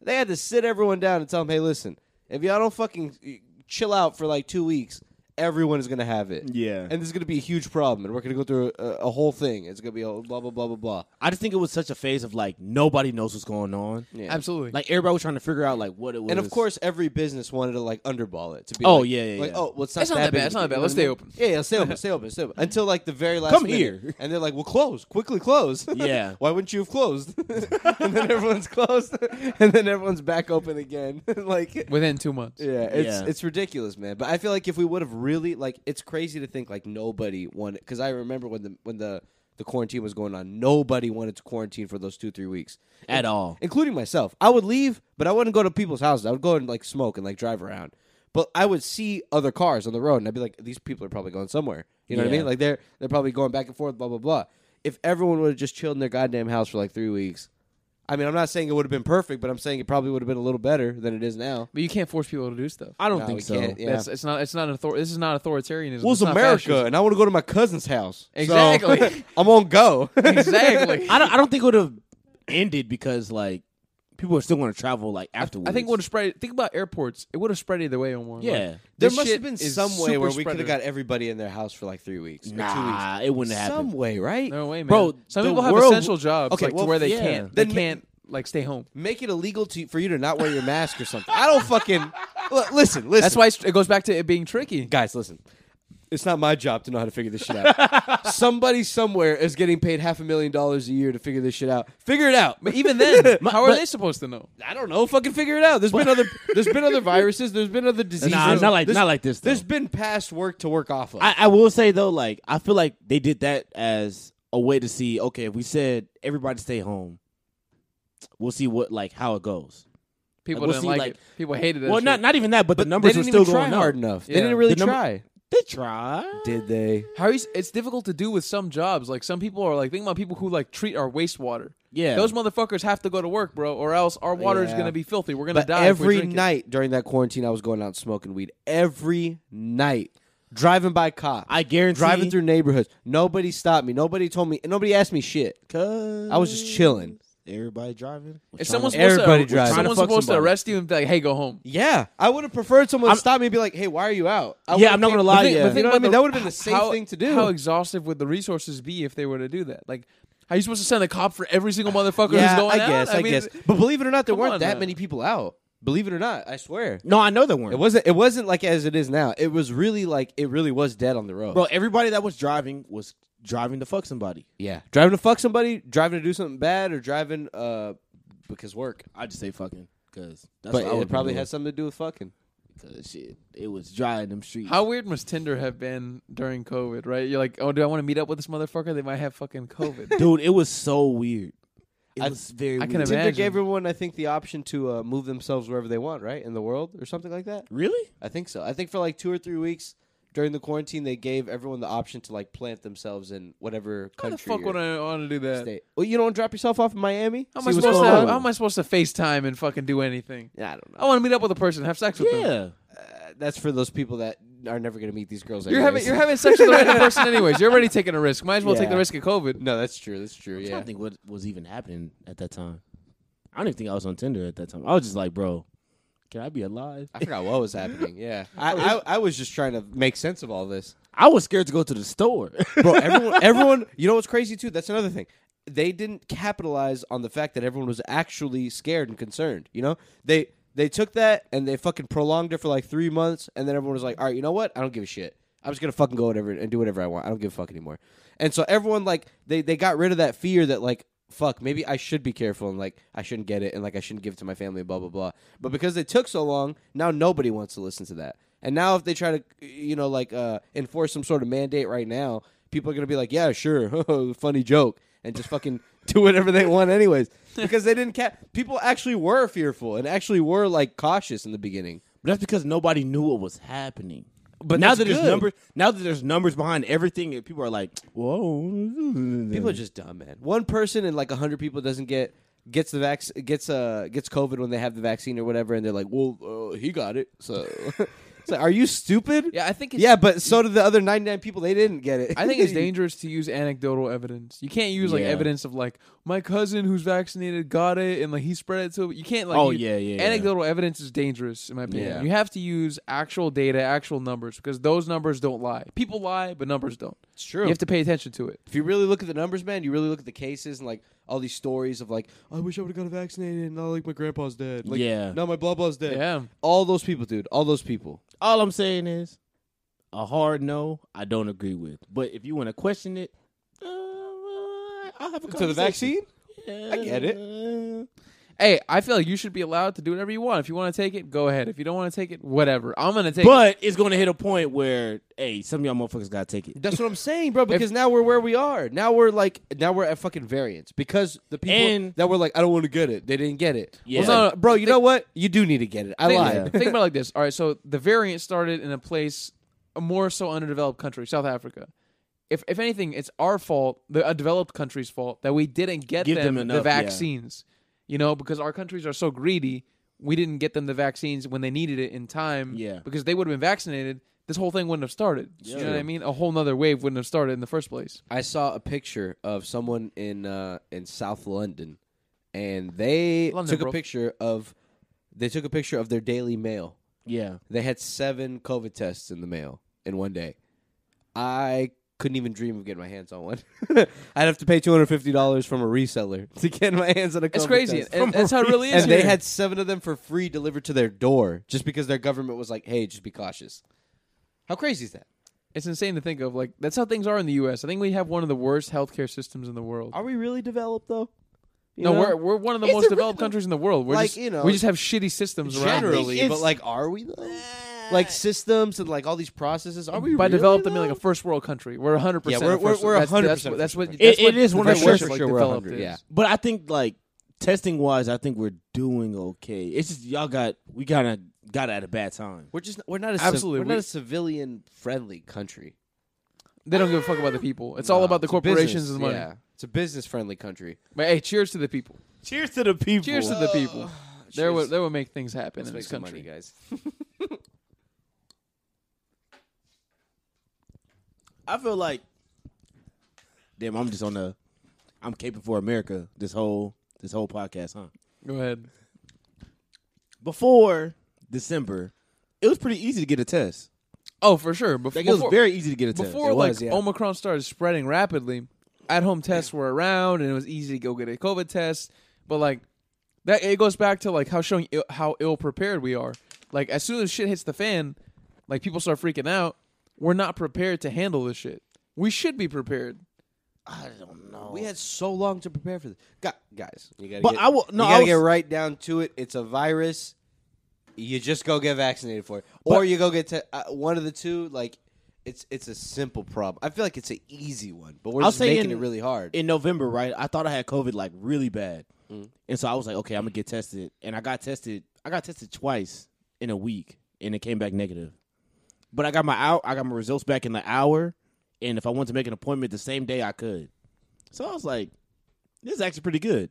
S1: They had to sit everyone down and tell them, "Hey, listen, if y'all don't fucking uh, chill out for like two weeks, everyone is gonna have it.
S2: Yeah.
S1: and this is gonna be a huge problem, and we're gonna go through a, a whole thing. It's gonna be a blah blah blah blah blah.
S2: I just think it was such a phase of like nobody knows what's going on.
S1: Yeah.
S3: Absolutely.
S2: Like everybody was trying to figure out like what it was.
S1: And of course, every business wanted to like underball it to be.
S2: Oh,
S1: like,
S2: yeah, yeah,
S1: like
S2: yeah.
S1: oh, well, it's not,
S3: It's not that
S1: big of
S3: bad,
S1: a
S3: it's not
S1: deal,
S3: that bad,
S1: you know what I
S3: let's stay
S1: mean?
S3: open.
S1: Yeah, yeah, stay open, stay open, stay open until like the very last.
S2: Come
S1: minute.
S2: here.
S1: and they're like, "Well, close quickly, close."
S2: Yeah.
S1: why wouldn't you have closed? and then everyone's closed, and then everyone's back open again. like
S3: within two months.
S1: yeah, it's
S2: Yeah.
S1: it's ridiculous, man. But I feel like if we would have really like, it's crazy to think like nobody wanted because I remember when the when the the quarantine was going on, nobody wanted to quarantine for those two three weeks
S2: at all.
S1: including myself. I would leave, but I wouldn't go to people's houses. I would go and like smoke and like drive around. But I would see other cars on the road, and I'd be like, "These people are probably going somewhere." You know what I
S2: Yeah.
S1: mean? Like they're they're probably going back and forth, blah blah blah. If everyone would have just chilled in their goddamn house for like three weeks, I mean, I'm not saying it would have been perfect, but I'm saying it probably would have been a little better than it is now.
S3: But you can't force people to do stuff.
S2: I don't
S1: No,
S2: think
S1: we
S2: so.
S1: can't. Yeah.
S3: That's, it's not. It's not. Author- this is not authoritarianism.
S1: Well,
S3: it's
S1: it's
S3: not
S1: America,
S3: fascism.
S1: and I want to go to my cousin's house. So,
S3: Exactly.
S1: I'm on go.
S3: Exactly.
S2: I don't. I don't think it would have ended because like people are still going to travel like afterwards.
S3: I think would have spread. Think about airports. It would have spread either way on one.
S2: Yeah.
S3: Like,
S1: there
S3: this
S1: must have
S3: shit
S1: been
S3: is
S1: some way
S3: super
S1: where we could
S3: spreader.
S1: have got everybody in their house for like three weeks or two weeks.
S2: Nah, it wouldn't have
S1: Some
S2: happened.
S1: way, right?
S3: No way, man.
S2: Bro,
S3: some
S2: the
S3: people have
S2: world-
S3: essential jobs,
S1: Okay,
S3: like
S1: well,
S3: to where they
S2: yeah.
S3: can't.
S1: Then
S3: they
S1: ma-
S3: can't like stay home.
S1: make it illegal to for you to not wear your mask or something. I don't fucking L- listen. Listen,
S3: That's why it's- it goes back to it being tricky.
S1: guys, listen. It's not my job to know how to figure this shit out. Somebody somewhere is getting paid half a million dollars a year to figure this shit out. Figure it out.
S3: But even then, how are
S2: but-
S3: they supposed to know?
S1: I don't know. Fucking figure it out. There's been other. There's been other viruses. There's been other diseases.
S2: Nah, not like
S1: There's-
S2: not like this. Though.
S1: There's been past work to work off of.
S2: I, I will say though, like I feel like they did that as a way to see. Okay, if we said everybody stay home, we'll see what like how it goes.
S3: People
S2: we'll
S3: didn't
S2: see,
S3: like,
S2: like-
S3: it. People hated it.
S2: well, not not even that, but, the numbers
S1: they
S2: were
S1: didn't
S2: still
S1: even try
S2: going
S1: hard
S2: up.
S1: enough.
S3: Yeah.
S1: They didn't really
S2: The number-
S1: try.
S2: They tried.
S1: Did they?
S3: How are you, s- it's difficult to do with some jobs. Like some people are like think about people who like treat our wastewater.
S2: Yeah.
S3: those motherfuckers have to go to work, bro, or else our water is
S1: Yeah.
S3: gonna be filthy. We're gonna
S1: But
S3: die if we
S1: every
S3: drink it.
S1: night during that quarantine, I was going out and smoking weed every night, driving by cops.
S2: I guarantee.
S1: driving through neighborhoods. Nobody stopped me. Nobody told me. Nobody asked me shit.
S2: Cause
S1: I was just chilling.
S2: Everybody driving.
S3: If someone's
S1: Tryna-
S3: supposed
S1: everybody
S3: to,
S1: driving.
S3: someone's
S2: Tryna fuck
S3: supposed to
S2: somebody.
S3: arrest you and be like, "Hey, go home."
S1: Yeah, I would have preferred someone
S2: I'm-
S1: to stop me and be like, "Hey, why are you out?" I
S2: Yeah,
S1: would've
S2: I'm not
S1: came-
S2: gonna lie,
S1: But think-
S2: yeah.
S1: but think
S2: You know
S1: about
S2: what
S1: it, that would have been the safe
S3: how-
S1: thing to do.
S3: How exhaustive would the resources be if they were to do that? Like, are you supposed to send a cop for every single motherfucker
S1: yeah,
S3: who's going
S1: I guess.
S3: out?
S1: I,
S3: mean,
S1: guess. But believe it or not, there
S3: come
S1: weren't
S3: on
S1: that
S3: now.
S1: many people out. Believe it or not, I swear.
S2: No, I know they
S1: It
S2: weren't.
S1: wasn't. It wasn't like as it is now. It was really like it really was dead on the road.
S2: Bro, everybody that was driving was driving to fuck somebody.
S1: yeah, driving to fuck somebody, driving to do something bad, or driving uh because work.
S2: I just say fucking because that's
S1: But
S2: what I
S1: it
S2: would
S1: probably
S2: do.
S1: had something to do with fucking.
S2: Cause shit, it was dry in them streets.
S3: How weird must Tinder have been during COVID? Right? You're like, "Oh, do I want to meet up with this motherfucker? They might have fucking COVID."
S2: dude, it was so weird. It
S1: I-
S2: was very.
S3: I can
S2: weird.
S3: imagine.
S1: Tinder gave everyone, I think, the option to uh, move themselves wherever they want, right, in the world or something like that.
S2: Really?
S1: I think so. I think for like two or three weeks, during the quarantine they gave everyone the option to like plant themselves in whatever
S3: How the
S1: country.
S3: fuck
S1: or
S3: would I want to do that?
S1: state. Well, you don't drop yourself off in Miami.
S3: How am,
S1: See
S3: I
S1: what's
S3: supposed to,
S1: going on?
S3: how am I supposed to FaceTime and fucking do anything?
S1: Yeah, I don't
S3: I
S1: know.
S3: want to meet up with a person, have sex with them.
S2: Yeah.
S1: Uh, that's for those people that are never going to meet these girls.
S3: You're having
S1: anyways.
S3: you're having sex with a random person anyways. You're already taking a risk. Might as well take
S2: Yeah.
S3: the risk of COVID.
S1: no, that's true. That's true.
S2: I
S1: Yeah.
S2: don't think what was even happening at that time. I don't even think I was on Tinder at that time. I was just like, bro, can I be alive?
S1: I forgot what was happening. Yeah, I, I I was just trying to make sense of all this,
S2: I was scared to go to the store.
S1: bro. Everyone, everyone. You know what's crazy too? That's another thing. They didn't capitalize on the fact that everyone was actually scared and concerned. You know, they they took that and they fucking prolonged it for like three months, and then everyone was like, "All right, you know what? I don't give a shit. I'm just gonna fucking go whatever and do whatever I want. I don't give a fuck anymore." And so everyone like they they got rid of that fear that like fuck, maybe I should be careful and like I shouldn't get it and like I shouldn't give it to my family and blah blah blah. But because they took so long, now nobody wants to listen to that. And now if they try to you know like uh enforce some sort of mandate right now, people are going to be like, "Yeah, sure. Funny joke." And just fucking do whatever they want anyways because they didn't cap people actually were fearful and actually were like cautious in the beginning.
S2: But that's because nobody knew what was happening.
S1: But
S2: now
S1: that's
S2: that there's
S1: good.
S2: numbers, now that there's numbers behind everything, and people are like, "Whoa!"
S3: Mm.
S1: People are just dumb, man. One person in like hundred people doesn't get gets the vac- gets uh gets COVID when they have the vaccine or whatever, and they're like, "Well, uh, he got it." So, it's like, are you stupid?
S3: Yeah, I think it's
S1: yeah, but so did the other ninety nine people. They didn't get it.
S3: I think it's dangerous to use anecdotal evidence. You can't use like
S2: Yeah.
S3: evidence of like my cousin who's vaccinated got it and like he spread it to you can't like
S2: Oh,
S3: use-
S2: yeah, yeah, yeah.
S3: anecdotal evidence is dangerous in my opinion.
S1: Yeah.
S3: You have to use actual data, actual numbers because those numbers don't lie. People lie, but numbers don't.
S1: It's true.
S3: You have to pay attention to it.
S1: if you really look at the numbers, man, you really look at the cases and like all these stories of like, I wish I would have got vaccinated, and now like my grandpa's dead. Like,
S2: Yeah.
S1: Now my blah blah's dead.
S3: Yeah.
S1: All those people, dude. All those people.
S2: All I'm saying is, a hard no, I don't agree with. But if you want to question it, uh, I'll have a
S1: To the vaccine.
S2: Yeah.
S1: I get it.
S3: Hey, I feel like you should be allowed to do whatever you want. If you want to take it, go ahead. If you don't want to take it, whatever. I'm gonna take it.
S2: But it's gonna hit a point where, hey, some of y'all motherfuckers gotta take it.
S1: That's what I'm saying, bro. Because now we're where we are. Now we're like, now we're at fucking variance because the people
S2: And-
S1: that were like, I don't want to get it, they didn't get it.
S2: Yeah.
S1: Well, no, no, bro, you know what? You do need to get it. I
S3: think,
S1: lied.
S3: think about it like this. All right, so the variant started in a place a more so underdeveloped country, South Africa. If if anything, it's our fault, the a developed country's fault that we didn't get
S2: Give them
S3: the
S2: enough, yeah.
S3: vaccines. You know, because our countries are so greedy, we didn't get them the vaccines when they needed it in time.
S2: Yeah.
S3: Because they would have been vaccinated, this whole thing wouldn't have started. You know what I mean? A whole nother wave wouldn't have started in the first place.
S1: I saw a picture of someone in uh, in South London, and they
S3: London,
S1: took
S3: bro.
S1: a picture of they took a picture of their Daily Mail.
S2: Yeah.
S1: They had seven COVID tests in the mail in one day. I couldn't even dream of getting my hands on one. I'd have to pay two hundred fifty dollars from a reseller to get my hands on a. COVID
S3: It's crazy.
S1: test.
S3: And, that's how it really is.
S1: and they
S3: here.
S1: had seven of them for free delivered to their door just because their government was like, "Hey, just be cautious." How crazy is that?
S3: it's insane to think of. Like that's how things are in the US. I think we have one of the worst healthcare systems in the world.
S1: Are we really developed though? You
S3: no,
S1: know?
S3: we're we're one of the
S1: It's
S3: most
S1: a
S3: developed
S1: really-
S3: countries in the world. We're
S1: like,
S3: just,
S1: you know,
S3: we just have shitty systems around us.
S1: generally,
S2: it's-
S1: but like, are we though? Like systems and like all these processes, are we
S3: By
S1: really,
S3: developed, I mean
S1: though?
S3: like a first world country. We're 100.
S1: Yeah, we're- we're- we're 100%
S3: That's what.
S1: first
S3: That's
S2: world.
S3: what
S2: It- it is one of the
S3: first
S2: worst
S3: world,
S1: for
S3: like,
S1: sure, we're
S3: developed
S1: 100,
S3: is.
S1: yeah.
S2: But I think like testing wise, I think we're doing okay. It's just y'all got we gotta got at a bad time.
S1: we're just we're not a
S3: Absolutely,
S1: absolutely we're
S3: we-
S1: not a civilian friendly country.
S3: They don't give a fuck about the people. It's all about the
S1: Uh, It's a
S3: corporations
S1: business,
S3: and the money.
S1: Yeah, it's a business friendly country.
S3: But hey, cheers to the people.
S2: Cheers to the people.
S3: Cheers to the people. They're
S1: Cheers.
S3: what they will make things happen
S1: Let's
S3: in
S1: make
S3: this
S1: some
S3: country.
S1: money, guys.
S2: I feel like damn, I'm just on the I'm caping for America this whole this whole podcast, huh?
S3: Go ahead.
S2: Before December, it was pretty easy to get a test.
S3: Oh, for sure. Before,
S2: Like it was very easy to get a test.
S3: before
S1: It
S3: like oh,
S1: was, yeah.
S3: Omicron started spreading rapidly, at home tests were around, and it was easy to go get a COVID test. But like that, it goes back to like how showing Ill, how ill prepared we are. Like as soon as shit hits the fan, like people start freaking out. We're not prepared to handle this shit. We should be prepared.
S2: I don't know.
S1: We had so long to prepare for this, Gu- guys. You gotta
S2: Oh. But
S1: get,
S2: I will- no,
S1: you
S2: I
S1: gotta
S2: was-
S1: get right down to it. It's a virus. You just go get vaccinated for it, or you go get te- uh, one of the two. Like, it's it's a simple problem. I feel like it's an easy one, but we're
S2: I'll
S1: just
S2: say
S1: making
S2: in-
S1: it really hard.
S2: in November, right? I thought I had COVID like really bad,
S1: Mm.
S2: and so I was like, okay, I'm gonna get tested, and I got tested. I got tested twice in a week, and it came back negative. But I got my out. I got my results back in an hour, and if I wanted to make an appointment the same day, I could. So I was like, "This is actually pretty good."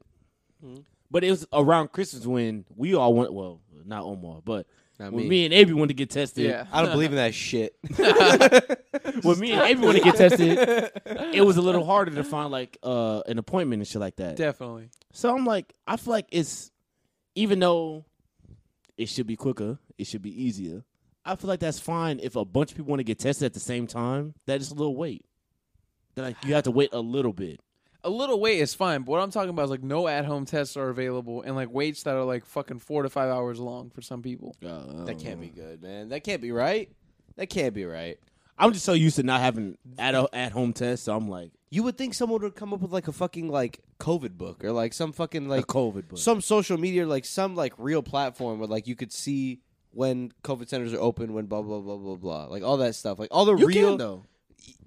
S1: Mm.
S2: But it was around Christmas when we all went. Well, not Omar, but
S1: Not
S2: when
S1: me.
S2: me and Avery wanted to get tested.
S3: Yeah.
S1: I don't believe in that shit.
S2: When me and Avery wanted to get tested, it was a little harder to find like uh, an appointment and shit like that.
S3: Definitely.
S2: So I'm like, I feel like it's even though it should be quicker, it should be easier. I feel like that's fine if a bunch of people want to get tested at the same time. That is a little wait. That like you have to wait a little bit.
S3: A little wait is fine, but what I'm talking about is like no at home tests are available and like waits that are like fucking four to five hours long for some people.
S1: Oh, that can't be good, man. That can't be right. That can't be right.
S2: I'm just so used to not having at uh, at home tests. So I'm like
S1: You would think someone would come up with like a fucking like COVID book or like some fucking like
S2: COVID book.
S1: some social media, like some like real platform where like you could see when COVID centers are open, when blah blah blah blah blah, like all that stuff, like all the real.
S2: though.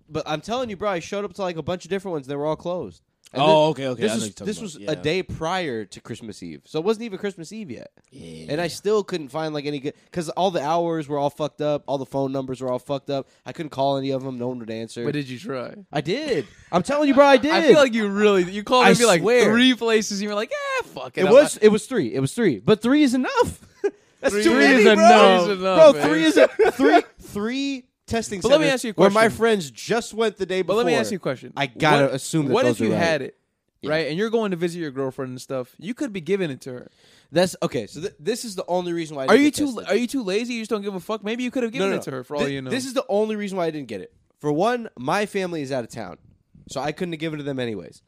S1: But I'm telling you, bro, I showed up to like a bunch of different ones. They were all closed. And
S2: Oh, okay, okay,
S1: This
S2: I know what
S1: was
S2: you're talking
S1: this
S2: about,
S1: was
S2: yeah.
S1: a day prior to Christmas Eve, so it wasn't even Christmas Eve yet.
S2: Yeah.
S1: And I still couldn't find like any good because all the hours were all fucked up, all the phone numbers were all fucked up. I couldn't call any of them; no one would answer.
S3: But did you try?
S1: I did. I'm telling you, bro, I did.
S3: I feel like you really you called
S1: I
S3: maybe like
S1: swear.
S3: three places. And you were like, yeah, fuck it.
S1: It
S3: I'm
S1: was it was three. It was three. But three is enough. That's
S3: Three
S1: too many,
S3: is
S1: bro.
S3: enough. Three is
S1: bro,
S3: enough, man.
S1: three is a, three three testing.
S3: But let me
S1: centers
S3: ask you a
S1: Where my
S3: question.
S1: friends just went the day
S3: But
S1: before.
S3: let me ask you a question.
S1: I gotta
S3: What-
S1: assume that
S3: what
S1: those
S3: if you
S1: are right.
S3: had it, right? And you're going to visit your girlfriend and stuff. You could be giving it to her.
S1: That's okay. So th- this is the only reason why. I
S3: Are
S1: didn't
S3: you
S1: get
S3: too?
S1: tested.
S3: Are you too lazy? You just don't give a fuck. Maybe you could have given it to her for all
S1: Thi-
S3: you know.
S1: This is the only reason why I didn't get it. For one, my family is out of town, so I couldn't have given it to them anyways.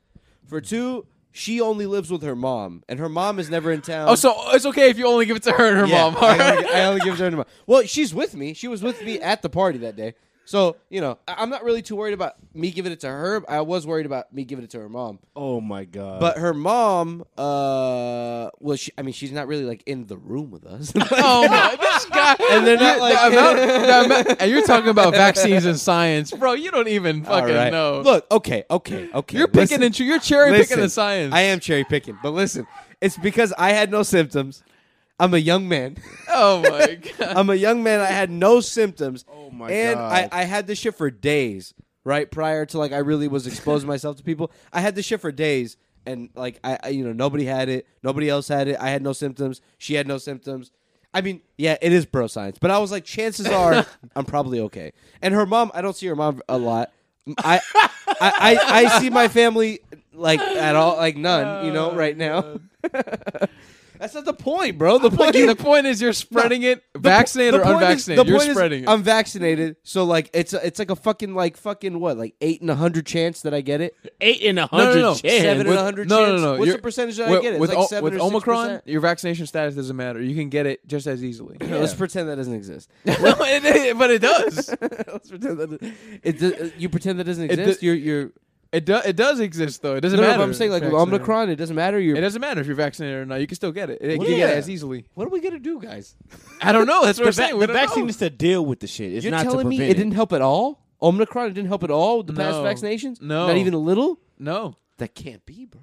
S1: For two, she only lives with her mom, and her mom is never in town.
S3: oh, so it's okay if you only give it to her and her
S1: Yeah,
S3: mom.
S1: I only, I only give it to her to mom. Well, she's with me. She was with me at the party that day. So, you know, I- I'm not really too worried about me giving it to her. I was worried about me giving it to her mom.
S2: Oh my god.
S1: But her mom, uh, well, she, I mean, she's not really like in the room with us.
S3: Oh my, this guy.
S1: And they're not
S3: You-
S1: like-
S3: the amount- the amount- and you're talking about vaccines and science, bro. You don't even
S1: All
S3: fucking
S1: right.
S3: know.
S1: Look, okay, okay, okay.
S3: you're picking
S1: Listen-
S3: and choo- you're cherry
S1: listen,
S3: picking the science.
S1: I am cherry picking, but listen, it's because I had no symptoms. I'm a young man.
S3: Oh my god.
S1: I'm a young man. I had no symptoms.
S2: Oh my
S1: and
S2: God.
S1: I, I had this shit for days, right? Prior to like I really was exposing myself to people. I had this shit for days, and like I, I, you know, nobody had it. Nobody else had it. I had no symptoms. She had no symptoms. I mean, yeah, it is bro science, but I was like, chances are I'm probably okay. And her mom, I don't see her mom a lot. I, I, I, I see my family like at all, like none, you
S2: Oh,
S1: know, right now. That's not the point, bro. The
S3: Like,
S1: point
S3: the point is you're spreading it, vaccinated
S1: the
S3: or
S1: point is-
S3: unvaccinated.
S1: the
S3: you're
S1: point is
S3: spreading it.
S1: I'm vaccinated, so like it's a, it's like a fucking like fucking what like eight in a hundred chance that I get it.
S2: eight in a
S3: no,
S2: hundred
S3: no.
S2: chance.
S1: Seven in
S2: With-
S1: a hundred.
S3: no, no,
S1: chance.
S3: no.
S1: What's
S3: You're-
S1: the percentage that I
S3: with,
S1: get? It's
S3: with
S1: like
S3: O-
S1: seven
S3: with
S1: or
S3: Omicron,
S1: 6%.
S3: your vaccination status doesn't matter. You can get it just as easily.
S1: Let's pretend that doesn't exist.
S3: no, it, it- but it does.
S1: Let's pretend that it, do- you pretend that doesn't
S3: It do-
S1: exist. you're you're
S3: It does. It does exist though. It doesn't
S1: no, no,
S3: matter.
S1: but I'm saying like with
S3: Vaccinated.
S1: Omicron, it doesn't matter. You're
S3: It doesn't matter if you're vaccinated or not. You can still get it. It- You can get
S1: Yeah.
S3: it as easily.
S1: what are we gonna do, guys?
S3: I don't know. That's what
S2: the va-
S3: I'm saying. We
S2: the
S3: don't know.
S2: vaccine is to deal with the shit. It's
S1: You're
S2: not to
S1: telling me
S2: prevent
S1: it, didn't help at all. Omicron, it didn't help at all. with The past
S3: No.
S1: vaccinations,
S3: No.
S1: not even a little.
S3: No.
S1: That can't be, bro.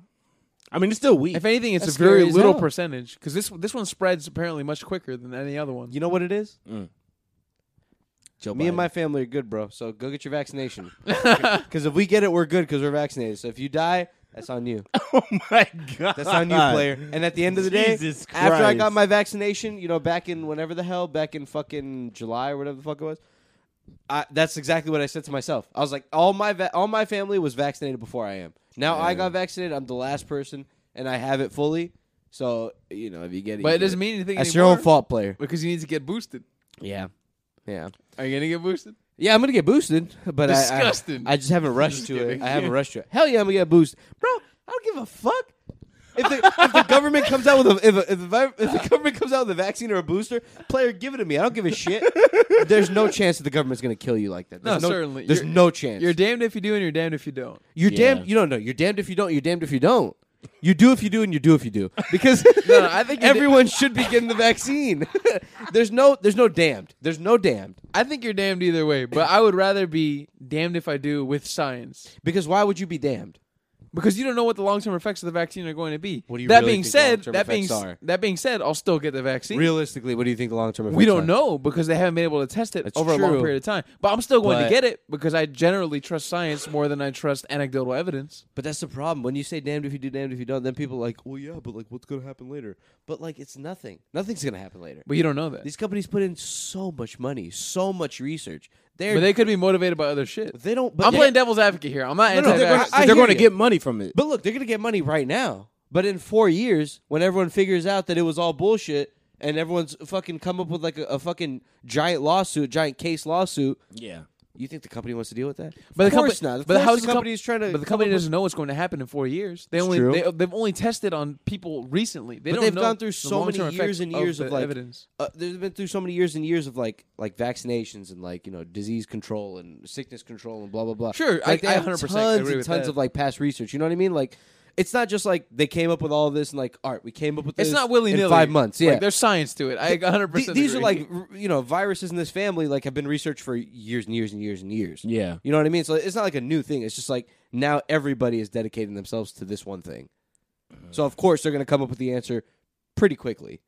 S2: I mean, it's still weak.
S3: If anything, it's
S1: That's
S3: a very
S1: scary as
S3: little
S1: hell.
S3: percentage because this this one spreads apparently much quicker than any other one.
S1: You know what it is?
S2: Joe
S1: Me and
S2: Biden.
S1: my family are good, bro. So go get your vaccination. Because if we get it, we're good because we're vaccinated. So if you die, that's on you.
S2: Oh my god.
S1: That's on you, player. And at the end of the day,
S2: Jesus
S1: after I got
S2: Christ.
S1: my vaccination, you know, back in whenever the hell, back in fucking July or whatever the fuck it was, I, that's exactly what I said to myself. I was like, all my va- all my family was vaccinated before I am. Now I got vaccinated. I'm the last person, and I have it fully. So you know, if you get it,
S3: But
S1: you
S3: it
S1: get
S3: doesn't mean anything.
S1: That's your
S3: anymore
S1: own fault, player.
S3: because you need to get boosted.
S1: Yeah, yeah.
S3: Are you gonna get boosted?
S1: Yeah, I'm gonna get boosted, but I- I-
S3: Disgusting.
S1: I, just haven't rushed to it.
S3: kidding.
S1: I haven't rushed to it. Hell yeah, I'm gonna get boosted, bro. I don't give a fuck if the, if the government comes out with a if, a, if, the, if the government comes out with a vaccine or a booster, player, give it to me. I don't give a shit. there's no chance that the government's gonna kill you like that. There's
S3: No, certainly.
S1: There's
S3: You're-
S1: no chance.
S3: You're damned if you do, and you're damned if you don't.
S1: You're
S2: Yeah.
S1: damned. You don't know. You're damned if you don't. You're damned if you don't. You do if you do, and you do if you do. Because
S3: No, no, I think you did-
S1: everyone should be getting the vaccine. there's no. There's no damned. There's no damned.
S3: I think you're damned either way, but I would rather be damned if I do with science.
S1: Because why would you be damned?
S3: because you don't know what the long term effects of the vaccine are going to be.
S1: What do you
S3: that
S1: really
S3: being
S1: think
S3: said,
S1: long-term
S3: that being
S1: effects
S3: s-
S1: are?
S3: that being said, I'll still get the vaccine.
S1: Realistically, what do you think the long term?
S3: we don't know because they haven't been able to test it
S1: That's
S3: over a long
S1: true.
S3: period of time. But I'm still going to
S1: But-
S3: get it because I generally trust science more than I trust anecdotal evidence.
S1: But that's the problem. When you say damned if you do, damned if you don't, then people are like, well, yeah, but like, what's gonna happen later? But like, it's nothing. Nothing's gonna happen later.
S3: But you don't know that.
S1: These companies put in so much money, so much research. They're
S3: But they could be motivated by other shit.
S1: they don't. But
S3: I'm
S1: they-
S3: playing devil's advocate here. I'm not
S1: no, they're
S3: anti-vax.
S1: gonna- I hear
S2: they're going to
S1: you.
S2: get money from it.
S1: But look, they're gonna get money right now. But in four years, when everyone figures out that it was all bullshit, and everyone's fucking come up with like a, a fucking giant lawsuit, giant case lawsuit,
S2: Yeah.
S1: you think the company wants to deal with that?
S3: But
S1: of
S3: the company,
S1: course not. Of
S3: but
S1: course
S3: how's
S1: the
S3: comp-
S1: company is trying to?
S3: But
S1: come
S3: the
S1: up
S3: company
S1: with-
S3: doesn't know what's going to happen in four years. They
S1: It's
S3: only
S1: true.
S3: they, they've only tested on people recently. They
S1: But
S3: don't
S1: they've
S3: know
S1: gone through
S3: the
S1: so many
S3: long-term
S1: years
S3: effects
S1: and years of,
S3: the
S1: like-
S3: evidence.
S1: uh, there's been through so many years and years of like like vaccinations and like you know disease control and sickness control and blah blah blah.
S3: Sure, I-
S1: like, they
S3: I
S1: have
S3: 100%
S1: tons
S3: agree
S1: and
S3: with
S1: tons
S3: that.
S1: of like past research. You know what I mean? Like it's not just like they came up with all this and like all right, we came up with this.
S3: It's not willy nilly.
S1: in five months. Yeah,
S3: like, there's science to it. I
S1: Th-
S3: 100. percent
S1: these are like r- you know viruses in this family like have been researched for years and years and years and years.
S2: Yeah.
S1: You know what I mean? So it's not like a new thing. It's just like now everybody is dedicating themselves to this one thing. So of course they're going to come up with the answer pretty quickly.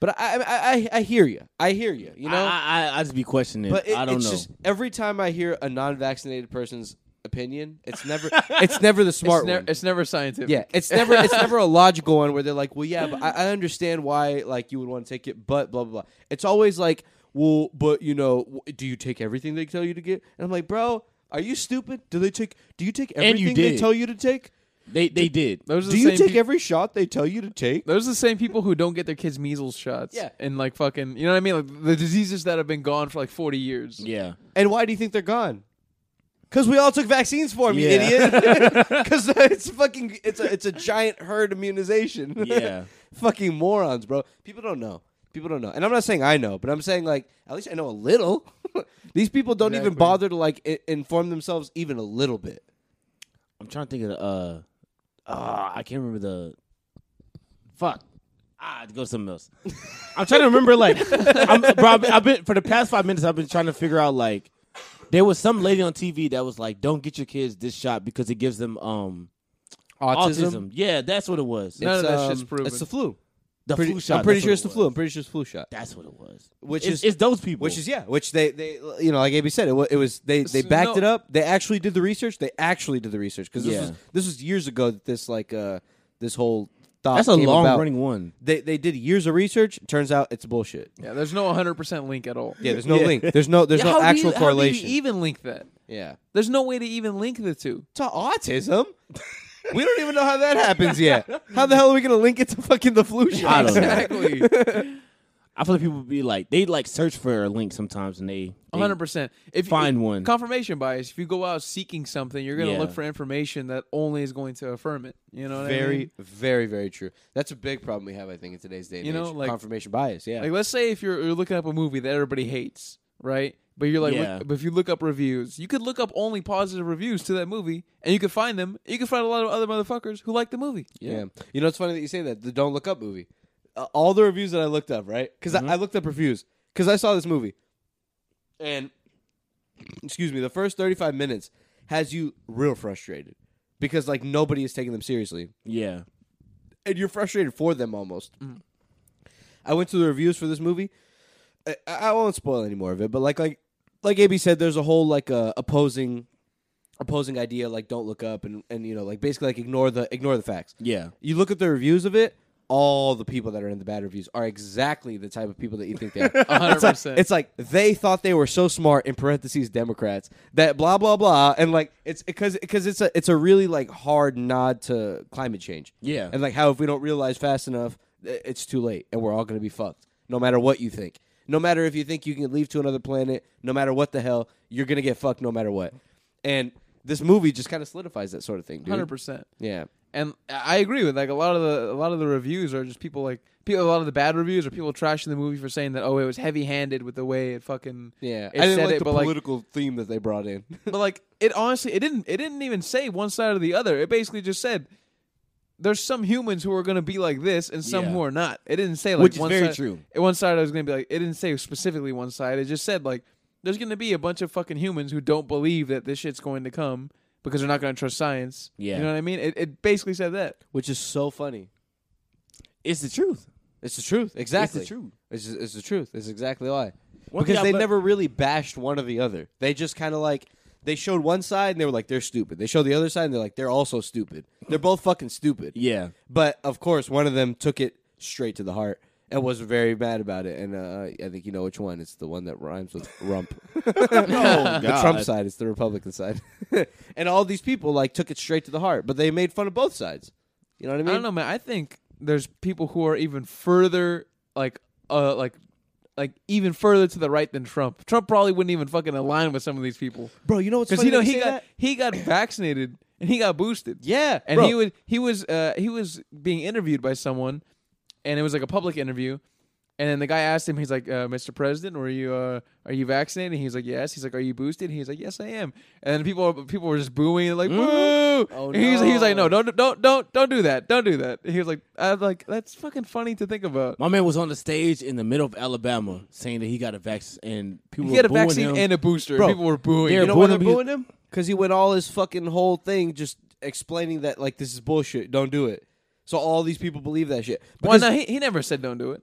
S1: But I I I, I hear you. I hear you. You know.
S2: I, I, I just be questioning.
S1: but it-
S2: I don't
S1: it's
S2: know.
S1: just every time I hear a non-vaccinated person's opinion, it's never it's never the smart
S3: it's, ne-
S1: one.
S3: it's never scientific.
S1: Yeah, it's never it's never a logical one where they're like, well, yeah, but I, I understand why like you would want to take it, but blah blah blah. It's always like, well, but you know, w- do you take everything they tell you to get? And I'm like, bro, are you stupid? Do they take? Do you take
S2: And you
S1: everything they
S2: did.
S1: tell you to take?
S2: they they did.
S3: Those are
S1: Do
S3: the
S1: you
S3: same
S1: take
S3: peop-
S1: every shot they tell you to take?
S3: Those are the same people who don't get their kids measles shots.
S1: Yeah.
S3: And like fucking, you know what I mean? Like the diseases that have been gone for like 40 years.
S2: Yeah.
S1: And why do you think they're gone? Because we all took vaccines for them, you
S2: Yeah.
S1: idiot. Because it's fucking it's a it's a giant herd immunization.
S2: Yeah.
S1: fucking morons, bro. People don't know. People don't know. And I'm not saying I know, but I'm saying like at least I know a little. These people don't even
S3: Exactly.
S1: bother to like I- inform themselves even a little bit.
S2: I'm trying to think of the uh, uh I can't remember the fuck. Ah, go something else. I'm trying to remember like I'm, bro, I've, been, I've been for the past five minutes. I've been trying to figure out like there was some lady on TV that was like, "Don't get your kids this shot because it gives them um autism." Yeah, that's what it was.
S3: None of
S1: It's, um,
S3: that shit's proven.
S1: It's the flu.
S2: the
S1: Pretty-
S2: flu shot.
S1: I'm pretty
S2: that's
S1: sure
S2: what
S1: it's
S2: it
S1: the
S2: was.
S1: flu. I'm pretty sure it's flu shot.
S2: That's what it was.
S1: Which
S2: It's-
S1: is-
S2: it's those people.
S1: Which is yeah, which they they you know like AB said it wa- it was they they
S3: So,
S1: backed
S3: no.
S1: it up. They actually did the research. They actually did the research because this
S2: Yeah.
S1: was this was years ago that this like uh this whole thought
S2: that's a
S1: came
S2: long
S1: about.
S2: running one.
S1: They they did years of research. Turns out it's bullshit.
S3: Yeah, there's no 100% link at all.
S1: Yeah, there's no link. There's no there's
S3: Yeah,
S1: no
S3: how do
S1: actual
S3: you,
S1: correlation.
S3: How do you even link that?
S1: yeah.
S3: There's no way to even link the two.
S1: to autism. we don't even know how that happens yet. How the hell are we gonna link it to fucking the flu shot?
S2: I don't know.
S3: Exactly.
S2: I feel like people would be like they like search for a link sometimes and they, they
S3: 100%. If you-
S2: Find one.
S3: Confirmation bias. If you go out seeking something, you're going to
S2: Yeah.
S3: look for information that only is going to affirm it. You know what I mean?
S1: Very, very, very true. That's a big problem we have, I think, in today's day and
S3: You know,
S1: age.
S3: like-
S1: confirmation bias. Yeah,
S3: Like, let's say if you're, you're looking up a movie that everybody hates, right? But you're like,
S2: Yeah.
S3: look, but if you look up reviews, you could look up only positive reviews to that movie, and you could find them. You could find a lot of other motherfuckers who like the movie.
S1: yeah. You know, it's funny that you say that. The Don't Look Up movie. Uh, all the reviews that I looked up, right? Because I, I looked up reviews because I saw this movie, and excuse me, the first thirty-five minutes has you real frustrated because like nobody is taking them seriously.
S2: Yeah.
S1: and you're frustrated for them almost.
S2: Mm-hmm.
S1: I went to the reviews for this movie. I, I won't spoil any more of it, but like like like AB said, there's a whole like uh, opposing opposing idea like don't look up and and you know like basically like ignore the ignore the facts.
S2: Yeah.
S1: You look at the reviews of it. All the people that are in the bad reviews are exactly the type of people that you think they are.
S3: 100%.
S1: It's like they thought they were so smart in parentheses Democrats that blah blah blah and like it's because because it's a it's a really like hard nod to climate change.
S2: Yeah.
S1: And like how if we don't realize fast enough, i- it's too late and we're all going to be fucked. No matter what you think. No matter if you think you can leave to another planet, no matter what the hell, you're going to get fucked no matter what. And this movie just kind of solidifies that sort of thing, dude.
S3: 100%.
S1: Yeah.
S3: and I agree with like a lot of the a lot of the reviews are just people like people a lot of the bad reviews are people trashing the movie for saying that oh it was heavy handed with the way it fucking
S1: Yeah.
S3: it
S1: I didn't
S3: said
S1: like
S3: it,
S1: the
S3: but like
S1: political theme that they brought in.
S3: but like it honestly it didn't it didn't even say one side or the other it basically just said there's some humans who are gonna be like this and some
S2: Yeah.
S3: who are not it didn't say like
S2: Which is
S3: one
S2: very
S3: side,
S2: true.
S3: it- one side I was gonna be like it didn't say specifically one side it just said like there's gonna be a bunch of fucking humans who don't believe that this shit's going to come because they're not going to trust science.
S2: Yeah.
S3: you know what I mean. It, it basically said that.
S1: which is so funny.
S2: It's the truth.
S1: It's the truth.
S2: That's
S1: Exactly.
S2: It's the truth.
S1: It's, just- it's the truth. It's exactly why.
S2: One
S1: because
S2: thing I
S1: they
S2: le-
S1: never really bashed one or the other. They just kind of like they showed one side and they were like they're stupid. They showed the other side and they're like they're also stupid. They're both fucking stupid.
S2: Yeah.
S1: But of course, one of them took it straight to the heart and was very mad about it. And uh, I think you know which one. It's the one that rhymes with rump.
S2: Oh,
S1: the Trump side. It's the Republican side. and all these people like took it straight to the heart, but they made fun of both sides. You know what I mean?
S3: I don't know, man. I think there's people who are even further, like, uh, like, like even further to the right than Trump. Trump probably wouldn't even fucking align with some of these people
S1: bro. You know what's
S3: because
S1: funny?
S3: you know
S1: that
S3: he
S1: say
S3: got
S1: that?
S3: he got vaccinated and he got boosted.
S1: yeah,
S3: and
S1: bro.
S3: he was he was uh, he was being interviewed by someone, and it was like a public interview, and then the guy asked him, he's like, uh, "Mr. President, were you uh, are you vaccinated?" And he's like, "Yes." He's like, "Are you boosted?" And he's like, "Yes, I am." And then people people were just booing like, "Boo!"
S1: Oh,
S3: and he was, he was like,
S1: no.
S3: "No, don't don't don't don't do that, don't do that." He was like, "I was like that's fucking funny to think about."
S2: My man was on the stage in the middle of Alabama saying that he got a vaccine, and people
S3: He
S2: were
S3: had a
S2: booing
S3: vaccine
S2: him.
S3: and a booster.
S1: Bro,
S3: and people were booing.
S2: they're
S3: him.
S1: You know why they're
S2: Booing him
S1: booing him? Because he went all his fucking whole thing just explaining that like this is bullshit. Don't do it. So all these people believe that shit.
S3: Well,
S1: Because,
S3: no, he, he never said don't do it.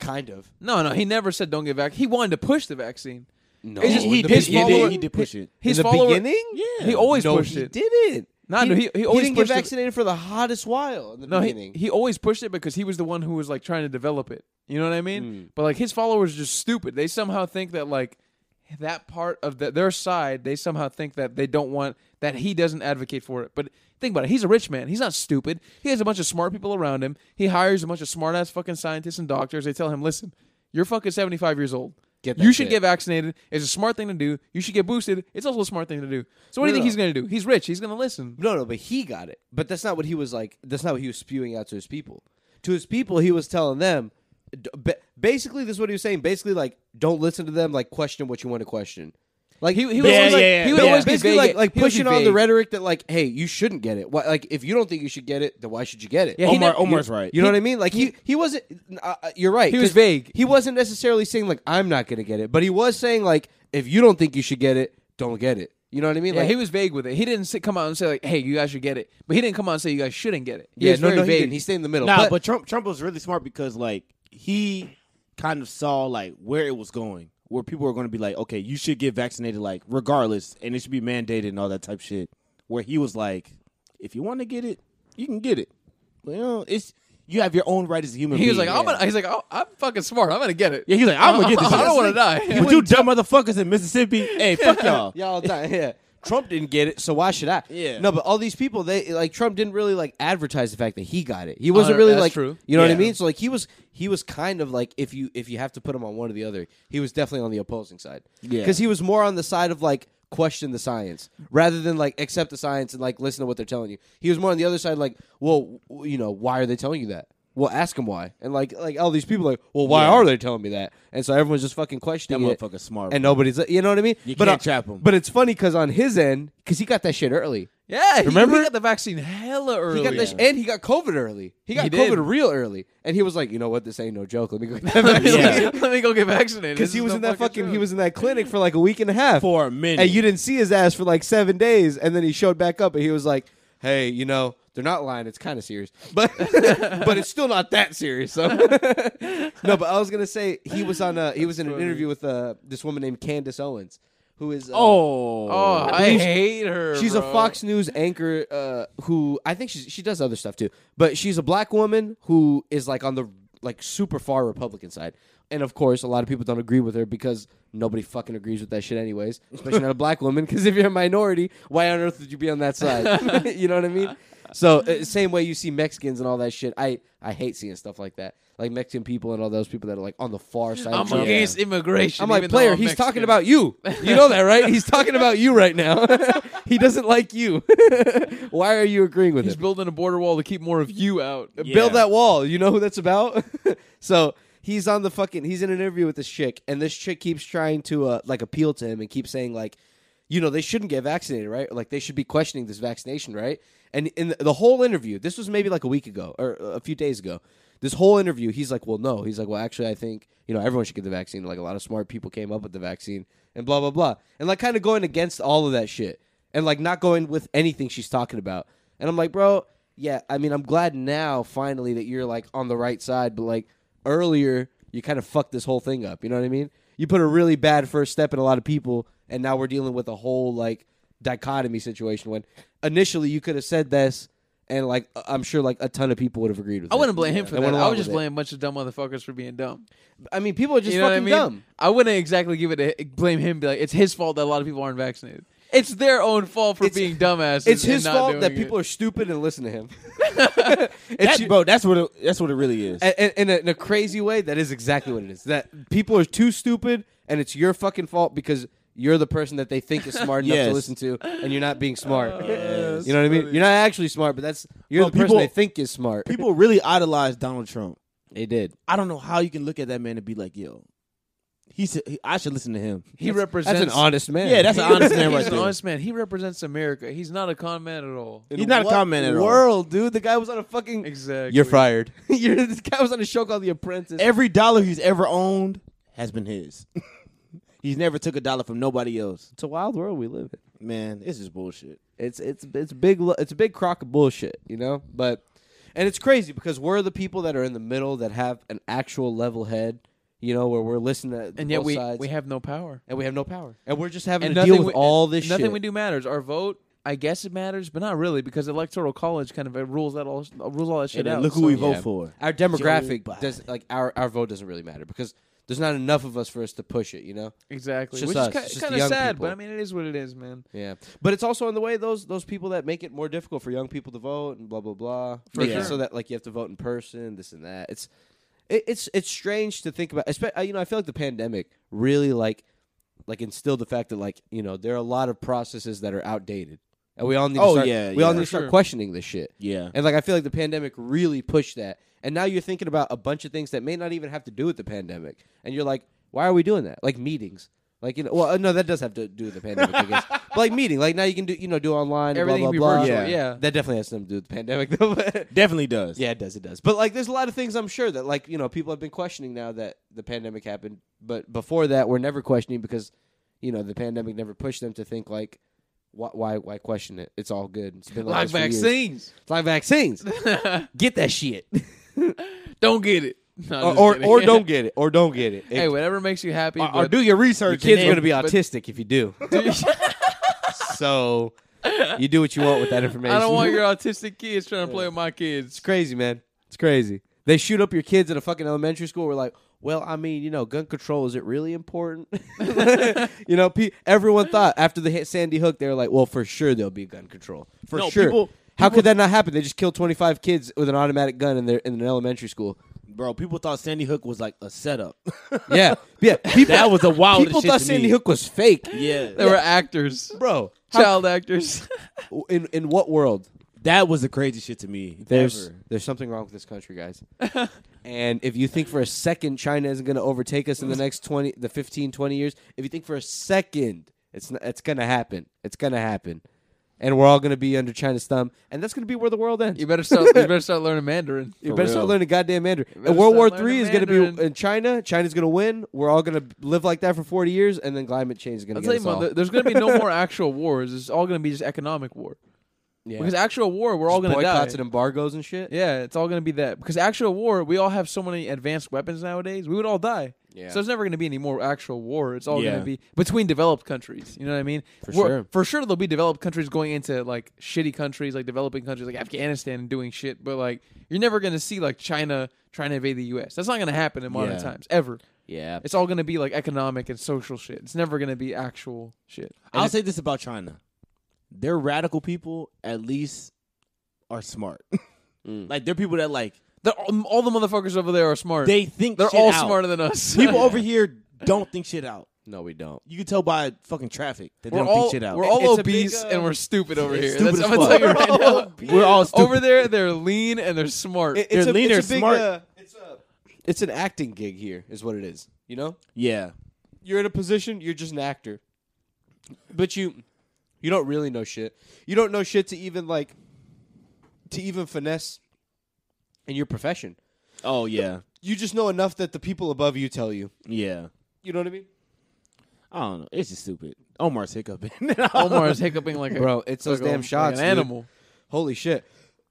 S1: kind of.
S3: No, no, he never said don't get vaccinated. He wanted to push the vaccine.
S1: No,
S3: It's just
S2: he
S3: the
S2: did.
S3: his
S2: He
S3: follower-
S2: did. He did push it.
S3: His
S1: in the
S3: follower-
S1: beginning.
S2: Yeah.
S3: He always
S1: no,
S3: pushed
S1: he
S3: it.
S1: didn't.
S3: No, no, he- he always
S1: didn't get
S3: pushed it.
S1: vaccinated for the hottest while in the
S3: No, he,
S1: beginning.
S3: he always pushed it because he was the one who was like trying to develop it. You know what I mean?
S1: Hmm.
S3: But like his followers are just stupid. They somehow think that like that part of the, their side, they somehow think that they don't want that he doesn't advocate for it. But think about it. He's a rich man. He's not stupid. He has a bunch of smart people around him. He hires a bunch of smart ass fucking scientists and doctors. They tell him, "Listen, you're fucking 75 years old.
S1: Get that
S3: you should
S1: shit."
S3: get vaccinated. It's a smart thing to do. You should get boosted. It's also a smart thing to do." So what do you
S1: No,
S3: think
S1: no.
S3: he's going to do? He's rich. He's going to listen.
S1: No, no, but he got it. But that's not what he was like. That's not what he was spewing out to his people. To his people, he was telling them, d- ba- basically, this is what he was saying. Basically, like, don't listen to them. Like, question what you want to question. Like
S3: He, he was
S2: Yeah,
S3: always like,
S2: yeah,
S3: he
S2: yeah.
S3: would
S1: Ba-
S3: always be
S1: basically
S3: vague.
S1: like like
S3: He would be
S1: pushing on the
S3: vague.
S1: rhetoric that like, hey, you shouldn't get it. Why, like, if you don't think you should get it, then why should you get it?
S3: Yeah, he
S2: Omar,
S3: never-
S2: Omar's right.
S1: You know what I mean? Like he he wasn't. Uh, uh, you're right.
S3: He was
S1: 'cause
S3: vague.
S1: He wasn't necessarily saying like I'm not going to get it, but he was saying like if you don't think you should get it, don't get it. You know what I mean?
S3: Yeah,
S1: like,
S3: he was vague with it. He didn't sit, come out and say like, "Hey, you guys should get it," but he didn't come out and say you guys shouldn't get it. He
S1: yeah,
S3: was
S1: no,
S3: very
S1: no, he
S3: vague.
S1: didn't. He stayed in the middle.
S2: Nah,
S1: but
S2: but, Trump Trump was really smart because like he kind of saw like where it was going, where people were going to be like, okay, you should get vaccinated, like regardless, and it should be mandated and all that type shit. Where he was like, if you want to get it, you can get it. Well, it's you have your own right as a human.
S3: He was
S2: being.
S3: like, "I'm gonna." He's like, oh, "I'm fucking smart. I'm gonna get it."
S2: Yeah, he's like, I'm gonna get this.
S3: I don't
S2: shit."
S3: want to die.
S2: But you dumb motherfuckers in Mississippi, hey, fuck y'all.
S1: y'all die. Yeah. Trump didn't get it, so why should I?
S2: Yeah.
S1: No, but all these people, they like Trump didn't really like advertise the fact that he got it. He wasn't
S3: Oh,
S1: really
S3: that's
S1: like,
S3: true.
S1: you know what I
S2: Yeah.
S1: mean? So like he was, he was kind of like if you if you have to put him on one or the other, he was definitely on the opposing side.
S2: Yeah.
S1: because he was more on the side of like question the science rather than like accept the science and like listen to what they're telling you. He was more on the other side, like, well, w- you know, why are they telling you that? Well, ask him why, and like like all these people, are like, well, why
S2: Yeah.
S1: are they telling me that? And so everyone's just fucking questioning it.
S2: motherfucker's smart,
S1: and nobody's, you know what I mean?
S2: You
S1: but
S2: can't
S1: uh,
S2: trap him.
S1: But it's funny because on his end, because he got that shit early.
S3: yeah, he,
S1: Remember?
S3: he got the vaccine hella early.
S1: He got that sh- and he got COVID early. He got
S3: He
S1: COVID
S3: did.
S1: real early, and he was like, you know what, this ain't no joke. Let me go.
S3: yeah. Let me go get vaccinated
S1: Because
S3: This
S1: he
S3: is
S1: was
S3: no
S1: in that fucking,
S3: joke.
S1: he was in that clinic for like a week and a half
S2: For a minute.
S1: and you didn't see his ass for like seven days, and then he showed back up, and he was like, "Hey, you know, they're not lying. It's kind of serious, but but it's still not that serious." So no, but I was gonna say he was on a he was in an interview with uh, this woman named Candace Owens, who is uh,
S2: oh,
S3: Oh, I
S1: believe-
S3: hate her.
S1: She's
S3: bro.
S1: a Fox News anchor uh, who I think she's, she does other stuff too, but she's a black woman who is like on the like super far Republican side, and of course a lot of people don't agree with her because nobody fucking agrees with that shit anyways, especially not a black woman. Because if you're a minority, why on earth would you be on that side? you know what I mean? So uh, same way you see Mexicans and all that shit, I I hate seeing stuff like that, like Mexican people and all those people that are like on the far side.
S3: I'm
S1: of Trump.
S3: against immigration.
S1: I'm like,
S3: even though
S1: player,
S3: I'm
S1: he's
S3: Mexican."
S1: talking about you. You know that, right? He's talking about you right now. he doesn't like you. Why are you agreeing with
S3: He's
S1: him?
S3: building a border wall to keep more of you out.
S1: Build
S2: Yeah.
S1: that wall. You know who that's about? so he's on the fucking, he's in an interview with this chick, and this chick keeps trying to, uh, like, appeal to him and keeps saying, like, you know, they shouldn't get vaccinated, right? Like, they should be questioning this vaccination, right? And in the- the whole interview, this was maybe like a week ago or a few days ago, this whole interview, he's like, well, no. He's like, well, actually, I think, you know, everyone should get the vaccine. Like, a lot of smart people came up with the vaccine and blah, blah, blah. And, like, kind of going against all of that shit. and like not going with anything she's talking about. And I'm like, bro, yeah, I mean, I'm glad now finally that you're like on the right side, but like earlier you kind of fucked this whole thing up. You know what I mean? You put a really bad first step in a lot of people, and now we're dealing with a whole like dichotomy situation. When initially you could have said this, and like I- I'm sure like a ton of people would have agreed with.
S3: I
S1: it.
S3: wouldn't blame him
S1: Yeah,
S3: for
S1: they
S3: that.
S1: went
S3: I
S1: along
S3: would just
S1: with it.
S3: blame a bunch of dumb motherfuckers for being dumb.
S1: I mean, people are just
S3: you know what I
S1: fucking
S3: mean?
S1: dumb.
S3: I wouldn't exactly give it. A, blame him. Be like, it's his fault that a lot of people aren't vaccinated. It's their own fault for
S1: It's-
S3: being dumbasses.
S1: It's
S3: and
S1: his
S3: not
S1: fault
S3: doing
S1: that
S3: it.
S1: people are stupid and listen to him.
S2: That-
S1: It's
S2: bro, that's what it, that's what it really is.
S1: and, in, a, in a crazy way, that is exactly what it is. That people are too stupid, and it's your fucking fault because you're the person that they think is smart enough to
S2: Yes.
S1: listen to, and you're not being smart.
S2: that's
S1: you know what I mean? You're not actually smart, but that's you're
S2: Bro,
S1: the person
S2: people-
S1: they think is smart.
S2: People really idolize Donald Trump.
S1: they did.
S2: I don't know how you can look at that man and be like, yo, he should, he, I should listen to him.
S3: he represents
S1: That's an honest man.
S2: Yeah, that's an honest man
S3: He's
S2: right
S3: an
S2: there.
S3: honest man. He represents America. He's not a con man at all.
S1: In
S2: He's not a
S1: what
S2: con man at all.
S1: World, dude. The guy was on a fucking.
S3: Exactly.
S1: You're fired. You're, this guy was on a show called The Apprentice.
S2: Every dollar he's ever owned has been his. he's never took a dollar from nobody else.
S1: it's a wild world we live in.
S2: Man, this is bullshit.
S1: It's it's it's big lo- it's a big crock of bullshit, you know. But and it's crazy because we're the people that are in the middle that have an actual level head, you know, where we're listening to
S3: And yet
S1: both
S3: we
S1: sides,
S3: we have no power.
S1: and we have no power, and we're just having
S3: And
S1: to deal
S3: nothing
S1: with
S3: we-
S1: all this
S3: Nothing
S1: shit.
S3: we do matters. Our vote, I guess it matters, but not really because electoral college kind of uh, rules that all rules all that shit
S2: And then
S3: out.
S2: look who
S3: so-
S2: we
S1: Yeah.
S2: vote for.
S1: Our
S2: Joe Biden.
S1: demographic does like our our vote doesn't really matter because there's not enough of us for us to push it, you know.
S3: Exactly.
S1: It's just us.
S3: Which is ki-
S1: It's just
S3: kinda
S1: the young
S3: sad,
S1: people.
S3: but I mean it is what it is, man.
S1: Yeah, but it's also in the way those those people that make it more difficult for young people to vote and blah blah blah.
S3: For
S1: Make it
S3: sure.
S1: so that like you have to vote in person, this and that. It's it, it's it's strange to think about. Espe- uh, you know, I feel like the pandemic really like like instilled the fact that like you know there are a lot of processes that are outdated, and we all need.
S2: Oh,
S1: to start,
S2: yeah,
S1: we all
S2: yeah.
S1: need to
S3: For
S1: start
S3: sure.
S1: questioning this shit.
S2: Yeah.
S1: And like I feel like the pandemic really pushed that. And now you're thinking about a bunch of things that may not even have to do with the pandemic. And you're like, why are we doing that? Like meetings. Like you know, well, uh, no, that does have to do with the pandemic, I guess. But like meeting, like now you can do, you know, do online,
S3: Everything
S1: blah
S3: can be
S1: blah blah.
S3: virtual,
S2: Yeah.
S3: yeah.
S1: that definitely has something to do with the pandemic, though. but-
S2: Definitely does.
S1: yeah, it does, it does. But like, there's a lot of things I'm sure that like you know people have been questioning now that the pandemic happened. But before that, we're never questioning because you know the pandemic never pushed them to think like, why, why, why question it? It's all good. It's been like,
S3: Like
S1: this for years.
S3: vaccines.
S1: It's like vaccines. get that shit.
S3: Don't get it. No, I'm
S1: or
S3: just
S1: or,
S3: kidding.
S1: or don't get it. Or don't get it.
S3: Hey, whatever makes you happy.
S2: Or, or
S3: but-
S2: do your research.
S1: Your kid's
S2: and
S1: going to
S2: then-
S1: be autistic if you do. so you do what you want with that information.
S3: I don't want your autistic kids trying to play with my kids.
S1: It's crazy, man. It's crazy. They shoot up your kids at a fucking elementary school. We're like, well, I mean, you know, gun control is it really important? you know, pe- everyone thought after the hit Sandy Hook, they were like, well, for sure there'll be gun control. For
S2: No,
S1: sure.
S2: people-
S1: How could that not happen? They just killed twenty five kids with an automatic gun in their in an elementary school.
S2: Bro, people thought Sandy Hook was like a setup.
S1: Yeah, yeah. People,
S2: That was the wildest
S1: People
S2: shit
S1: thought
S2: to
S1: Sandy
S2: me.
S1: Hook was fake.
S2: yeah.
S3: They were actors,
S1: bro.
S3: child actors.
S1: how- in in what world?
S2: That was the crazy shit to me.
S1: There's
S2: Ever.
S1: there's something wrong with this country, guys. and if you think for a second China isn't going to overtake us in the next 20 the 15 20 years, if you think for a second it's not, it's going to happen. It's going to happen. And we're all going to be under China's thumb, and that's going to be where the world ends.
S3: you better start. You better start learning Mandarin.
S1: You better start
S2: real.
S1: learning goddamn Mandarin.
S3: better
S1: And World War
S3: start
S1: Three
S3: learning
S1: is going to be
S3: Mandarin.
S1: in China. China's going to win. We're all going to live like that for forty years, and then climate change is going to
S3: I'll
S1: get
S3: tell you,
S1: us all.
S3: man, there- there's going to be no more actual wars. It's all going to be just economic war.
S1: yeah.
S3: Because actual war, we're all going to die.
S1: boycotts and embargoes and shit.
S3: Yeah, it's all going to be that. Because actual war, we all have so many advanced weapons nowadays. We would all die.
S1: Yeah.
S3: So there's never going to be any more actual war. It's all going
S2: Yeah.
S3: to be between developed countries. You know what I mean?
S1: For
S3: We're-
S1: sure.
S3: For sure, there'll be developed countries going into like shitty countries, like developing countries, like Afghanistan, and doing shit. But like, you're never going to see like China trying to invade the U.S. That's not going to happen in modern
S2: Yeah.
S3: times ever.
S1: Yeah,
S3: It's all going to be like economic and social shit. It's never going to be actual shit. And
S2: I'll say this about China. Their radical people at least are smart. Like they're people that like
S3: they're all, all the motherfuckers over there are smart.
S2: they think
S3: they're
S2: shit
S3: all
S2: out.
S3: smarter than us.
S2: People over here don't think shit out.
S1: no, we don't.
S2: You can tell by fucking traffic that they
S3: We're
S2: don't
S3: all,
S2: think shit out.
S3: we're all
S1: It's a big,
S3: obese
S1: uh,
S3: and we're stupid over here.
S2: stupid
S3: That's,
S2: as
S3: I'm gonna
S2: fuck.
S3: tell you right
S1: We're all
S3: now.
S1: obese.
S2: We're all stupid.
S3: Over there, they're lean and they're smart.
S1: It-
S2: They're
S1: it's a,
S2: leaner,
S1: it's a big,
S2: smart.
S1: uh, it's a, it's an acting gig here, is what it is. You know,
S2: yeah.
S1: you're in a position. You're just an actor, but you you don't really know shit. You don't know shit to even like to even finesse in your profession.
S2: Oh yeah.
S1: You just know enough that the people above you tell you.
S2: Yeah.
S1: You know what I mean?
S2: I I don't know. It's just stupid. Omar's hiccuping.
S3: Omar's hiccuping like a
S1: bro. It's those
S3: like a-
S1: damn shots,
S3: like an
S1: dude.
S3: animal.
S1: Holy shit!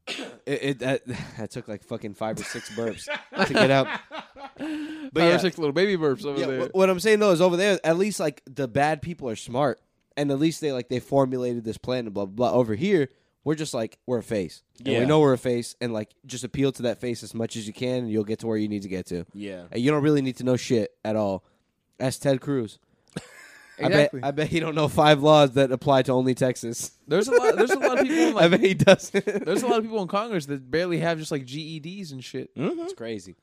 S1: It, it that, that took like fucking five or six burps to get out. But
S3: Five or
S1: yeah.
S3: six little baby burps over
S1: Yeah,
S3: there.
S1: wh- what I'm saying though is over there, at least like the bad people are smart, and at least they like they formulated this plan and blah blah. blah. Over here, we're just like we're a face. And
S2: Yeah.
S1: we know we're a face, and like just appeal to that face as much as you can, and you'll get to where you need to get to.
S2: yeah.
S1: And you don't really need to know shit at all. Ask Ted Cruz.
S3: Exactly.
S1: I bet I bet he don't know five laws that apply to only Texas.
S3: There's a lot. There's a lot of people. In,
S1: I
S3: like,
S1: bet he doesn't.
S3: there's a lot of people in Congress that barely have just like GEDs and shit.
S1: It's crazy.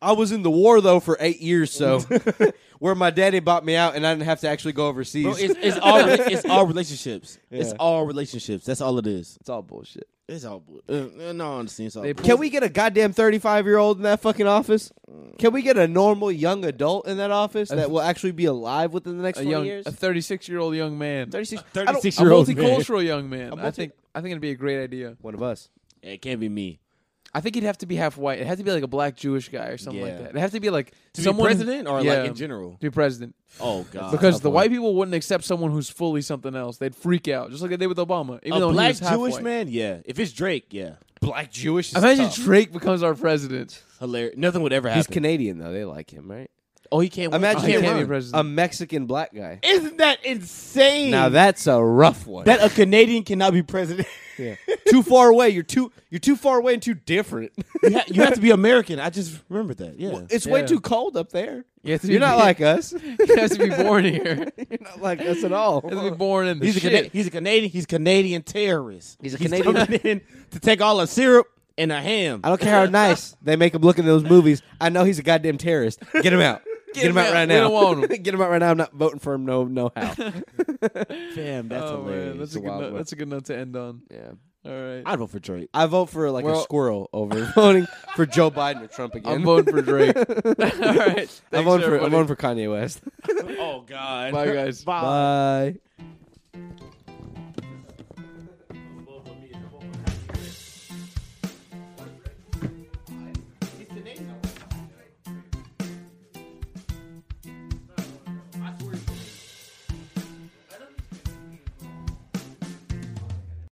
S1: I was in the war though for eight years, so where my daddy bought me out, and I didn't have to actually go overseas.
S2: Bro, it's, it's all rela- it's all relationships. It's all relationships. That's all it is.
S1: it's all bullshit.
S2: It's all. bu- Uh, uh, no, I understand. It's all.
S3: They
S2: bu-
S1: Can we get a goddamn 35 year old in that fucking office? Can we get a normal young adult in that office that will actually be alive within the next
S3: A
S1: 20
S3: young,
S1: years?
S3: a 36 year old young man.
S1: 36
S2: A
S1: I don't-
S2: 36
S3: A
S2: year old man.
S3: multicultural young man. I
S1: multi-
S3: think. I think it'd be a great idea.
S1: One of us.
S2: It can't be me.
S3: I think he'd have to be half white. It'd have to be like a black Jewish guy or something like
S2: Yeah.
S3: that. It'd have to be like
S2: To
S3: someone
S2: be president or
S3: yeah,
S2: like in general.
S3: to be president.
S2: Oh God.
S3: Because
S1: tough
S3: the
S1: one.
S3: white people wouldn't accept someone who's fully something else. They'd freak out, just like they did with Obama. Even though
S2: a
S3: he
S2: black
S3: was half
S2: Jewish
S3: white.
S2: man. Yeah. If it's Drake, yeah.
S1: Black Jewish. Is
S3: Imagine Drake becomes our president.
S2: Hilarious. Nothing would ever happen.
S1: He's Canadian, though. They like him, right?
S2: oh, he can't. win.
S1: Imagine
S2: he can't
S3: can't be
S2: run.
S3: president.
S1: a Mexican black guy.
S2: Isn't that insane?
S1: Now, that's a rough one.
S2: that a Canadian cannot be president.
S1: Yeah. too far away. You're too, you're too far away and too different.
S2: you, ha- you have to be American. I just remembered that. Yeah.
S1: It's way
S3: Yeah.
S1: too cold up there.
S3: You have to
S1: You're
S3: be-
S1: not like us.
S3: he has to be born here. He
S1: You're not like us at all.
S3: has to be born in the
S2: he's a
S3: shit.
S2: Cana- he's a Canadian. He's Canadian terrorist.
S1: He's a
S2: coming in to take all our syrup and a ham.
S1: I don't care how nice they make him look in those movies. I know he's a goddamn terrorist. Get him out. Get, him
S3: him
S1: out,
S3: out.
S1: right
S3: We
S1: now.
S3: don't want
S1: Get him out right now. I'm not voting for him. No, no how.
S2: Damn, that's hilarious.
S3: oh, man,
S1: It's
S3: that's a
S1: a
S3: good
S1: wild
S3: note.
S1: one.
S3: That's a good note to end on.
S1: yeah.
S3: All right.
S2: I'd vote for Drake.
S1: I vote for like a
S3: Well-
S1: squirrel over voting for Joe Biden or Trump again.
S3: I'm voting for Drake. All right.
S1: I'm
S3: Thanks,
S1: voting for I'm
S3: everybody.
S1: voting for Kanye West.
S2: oh God.
S3: Uh, Bye, guys.
S1: Bye.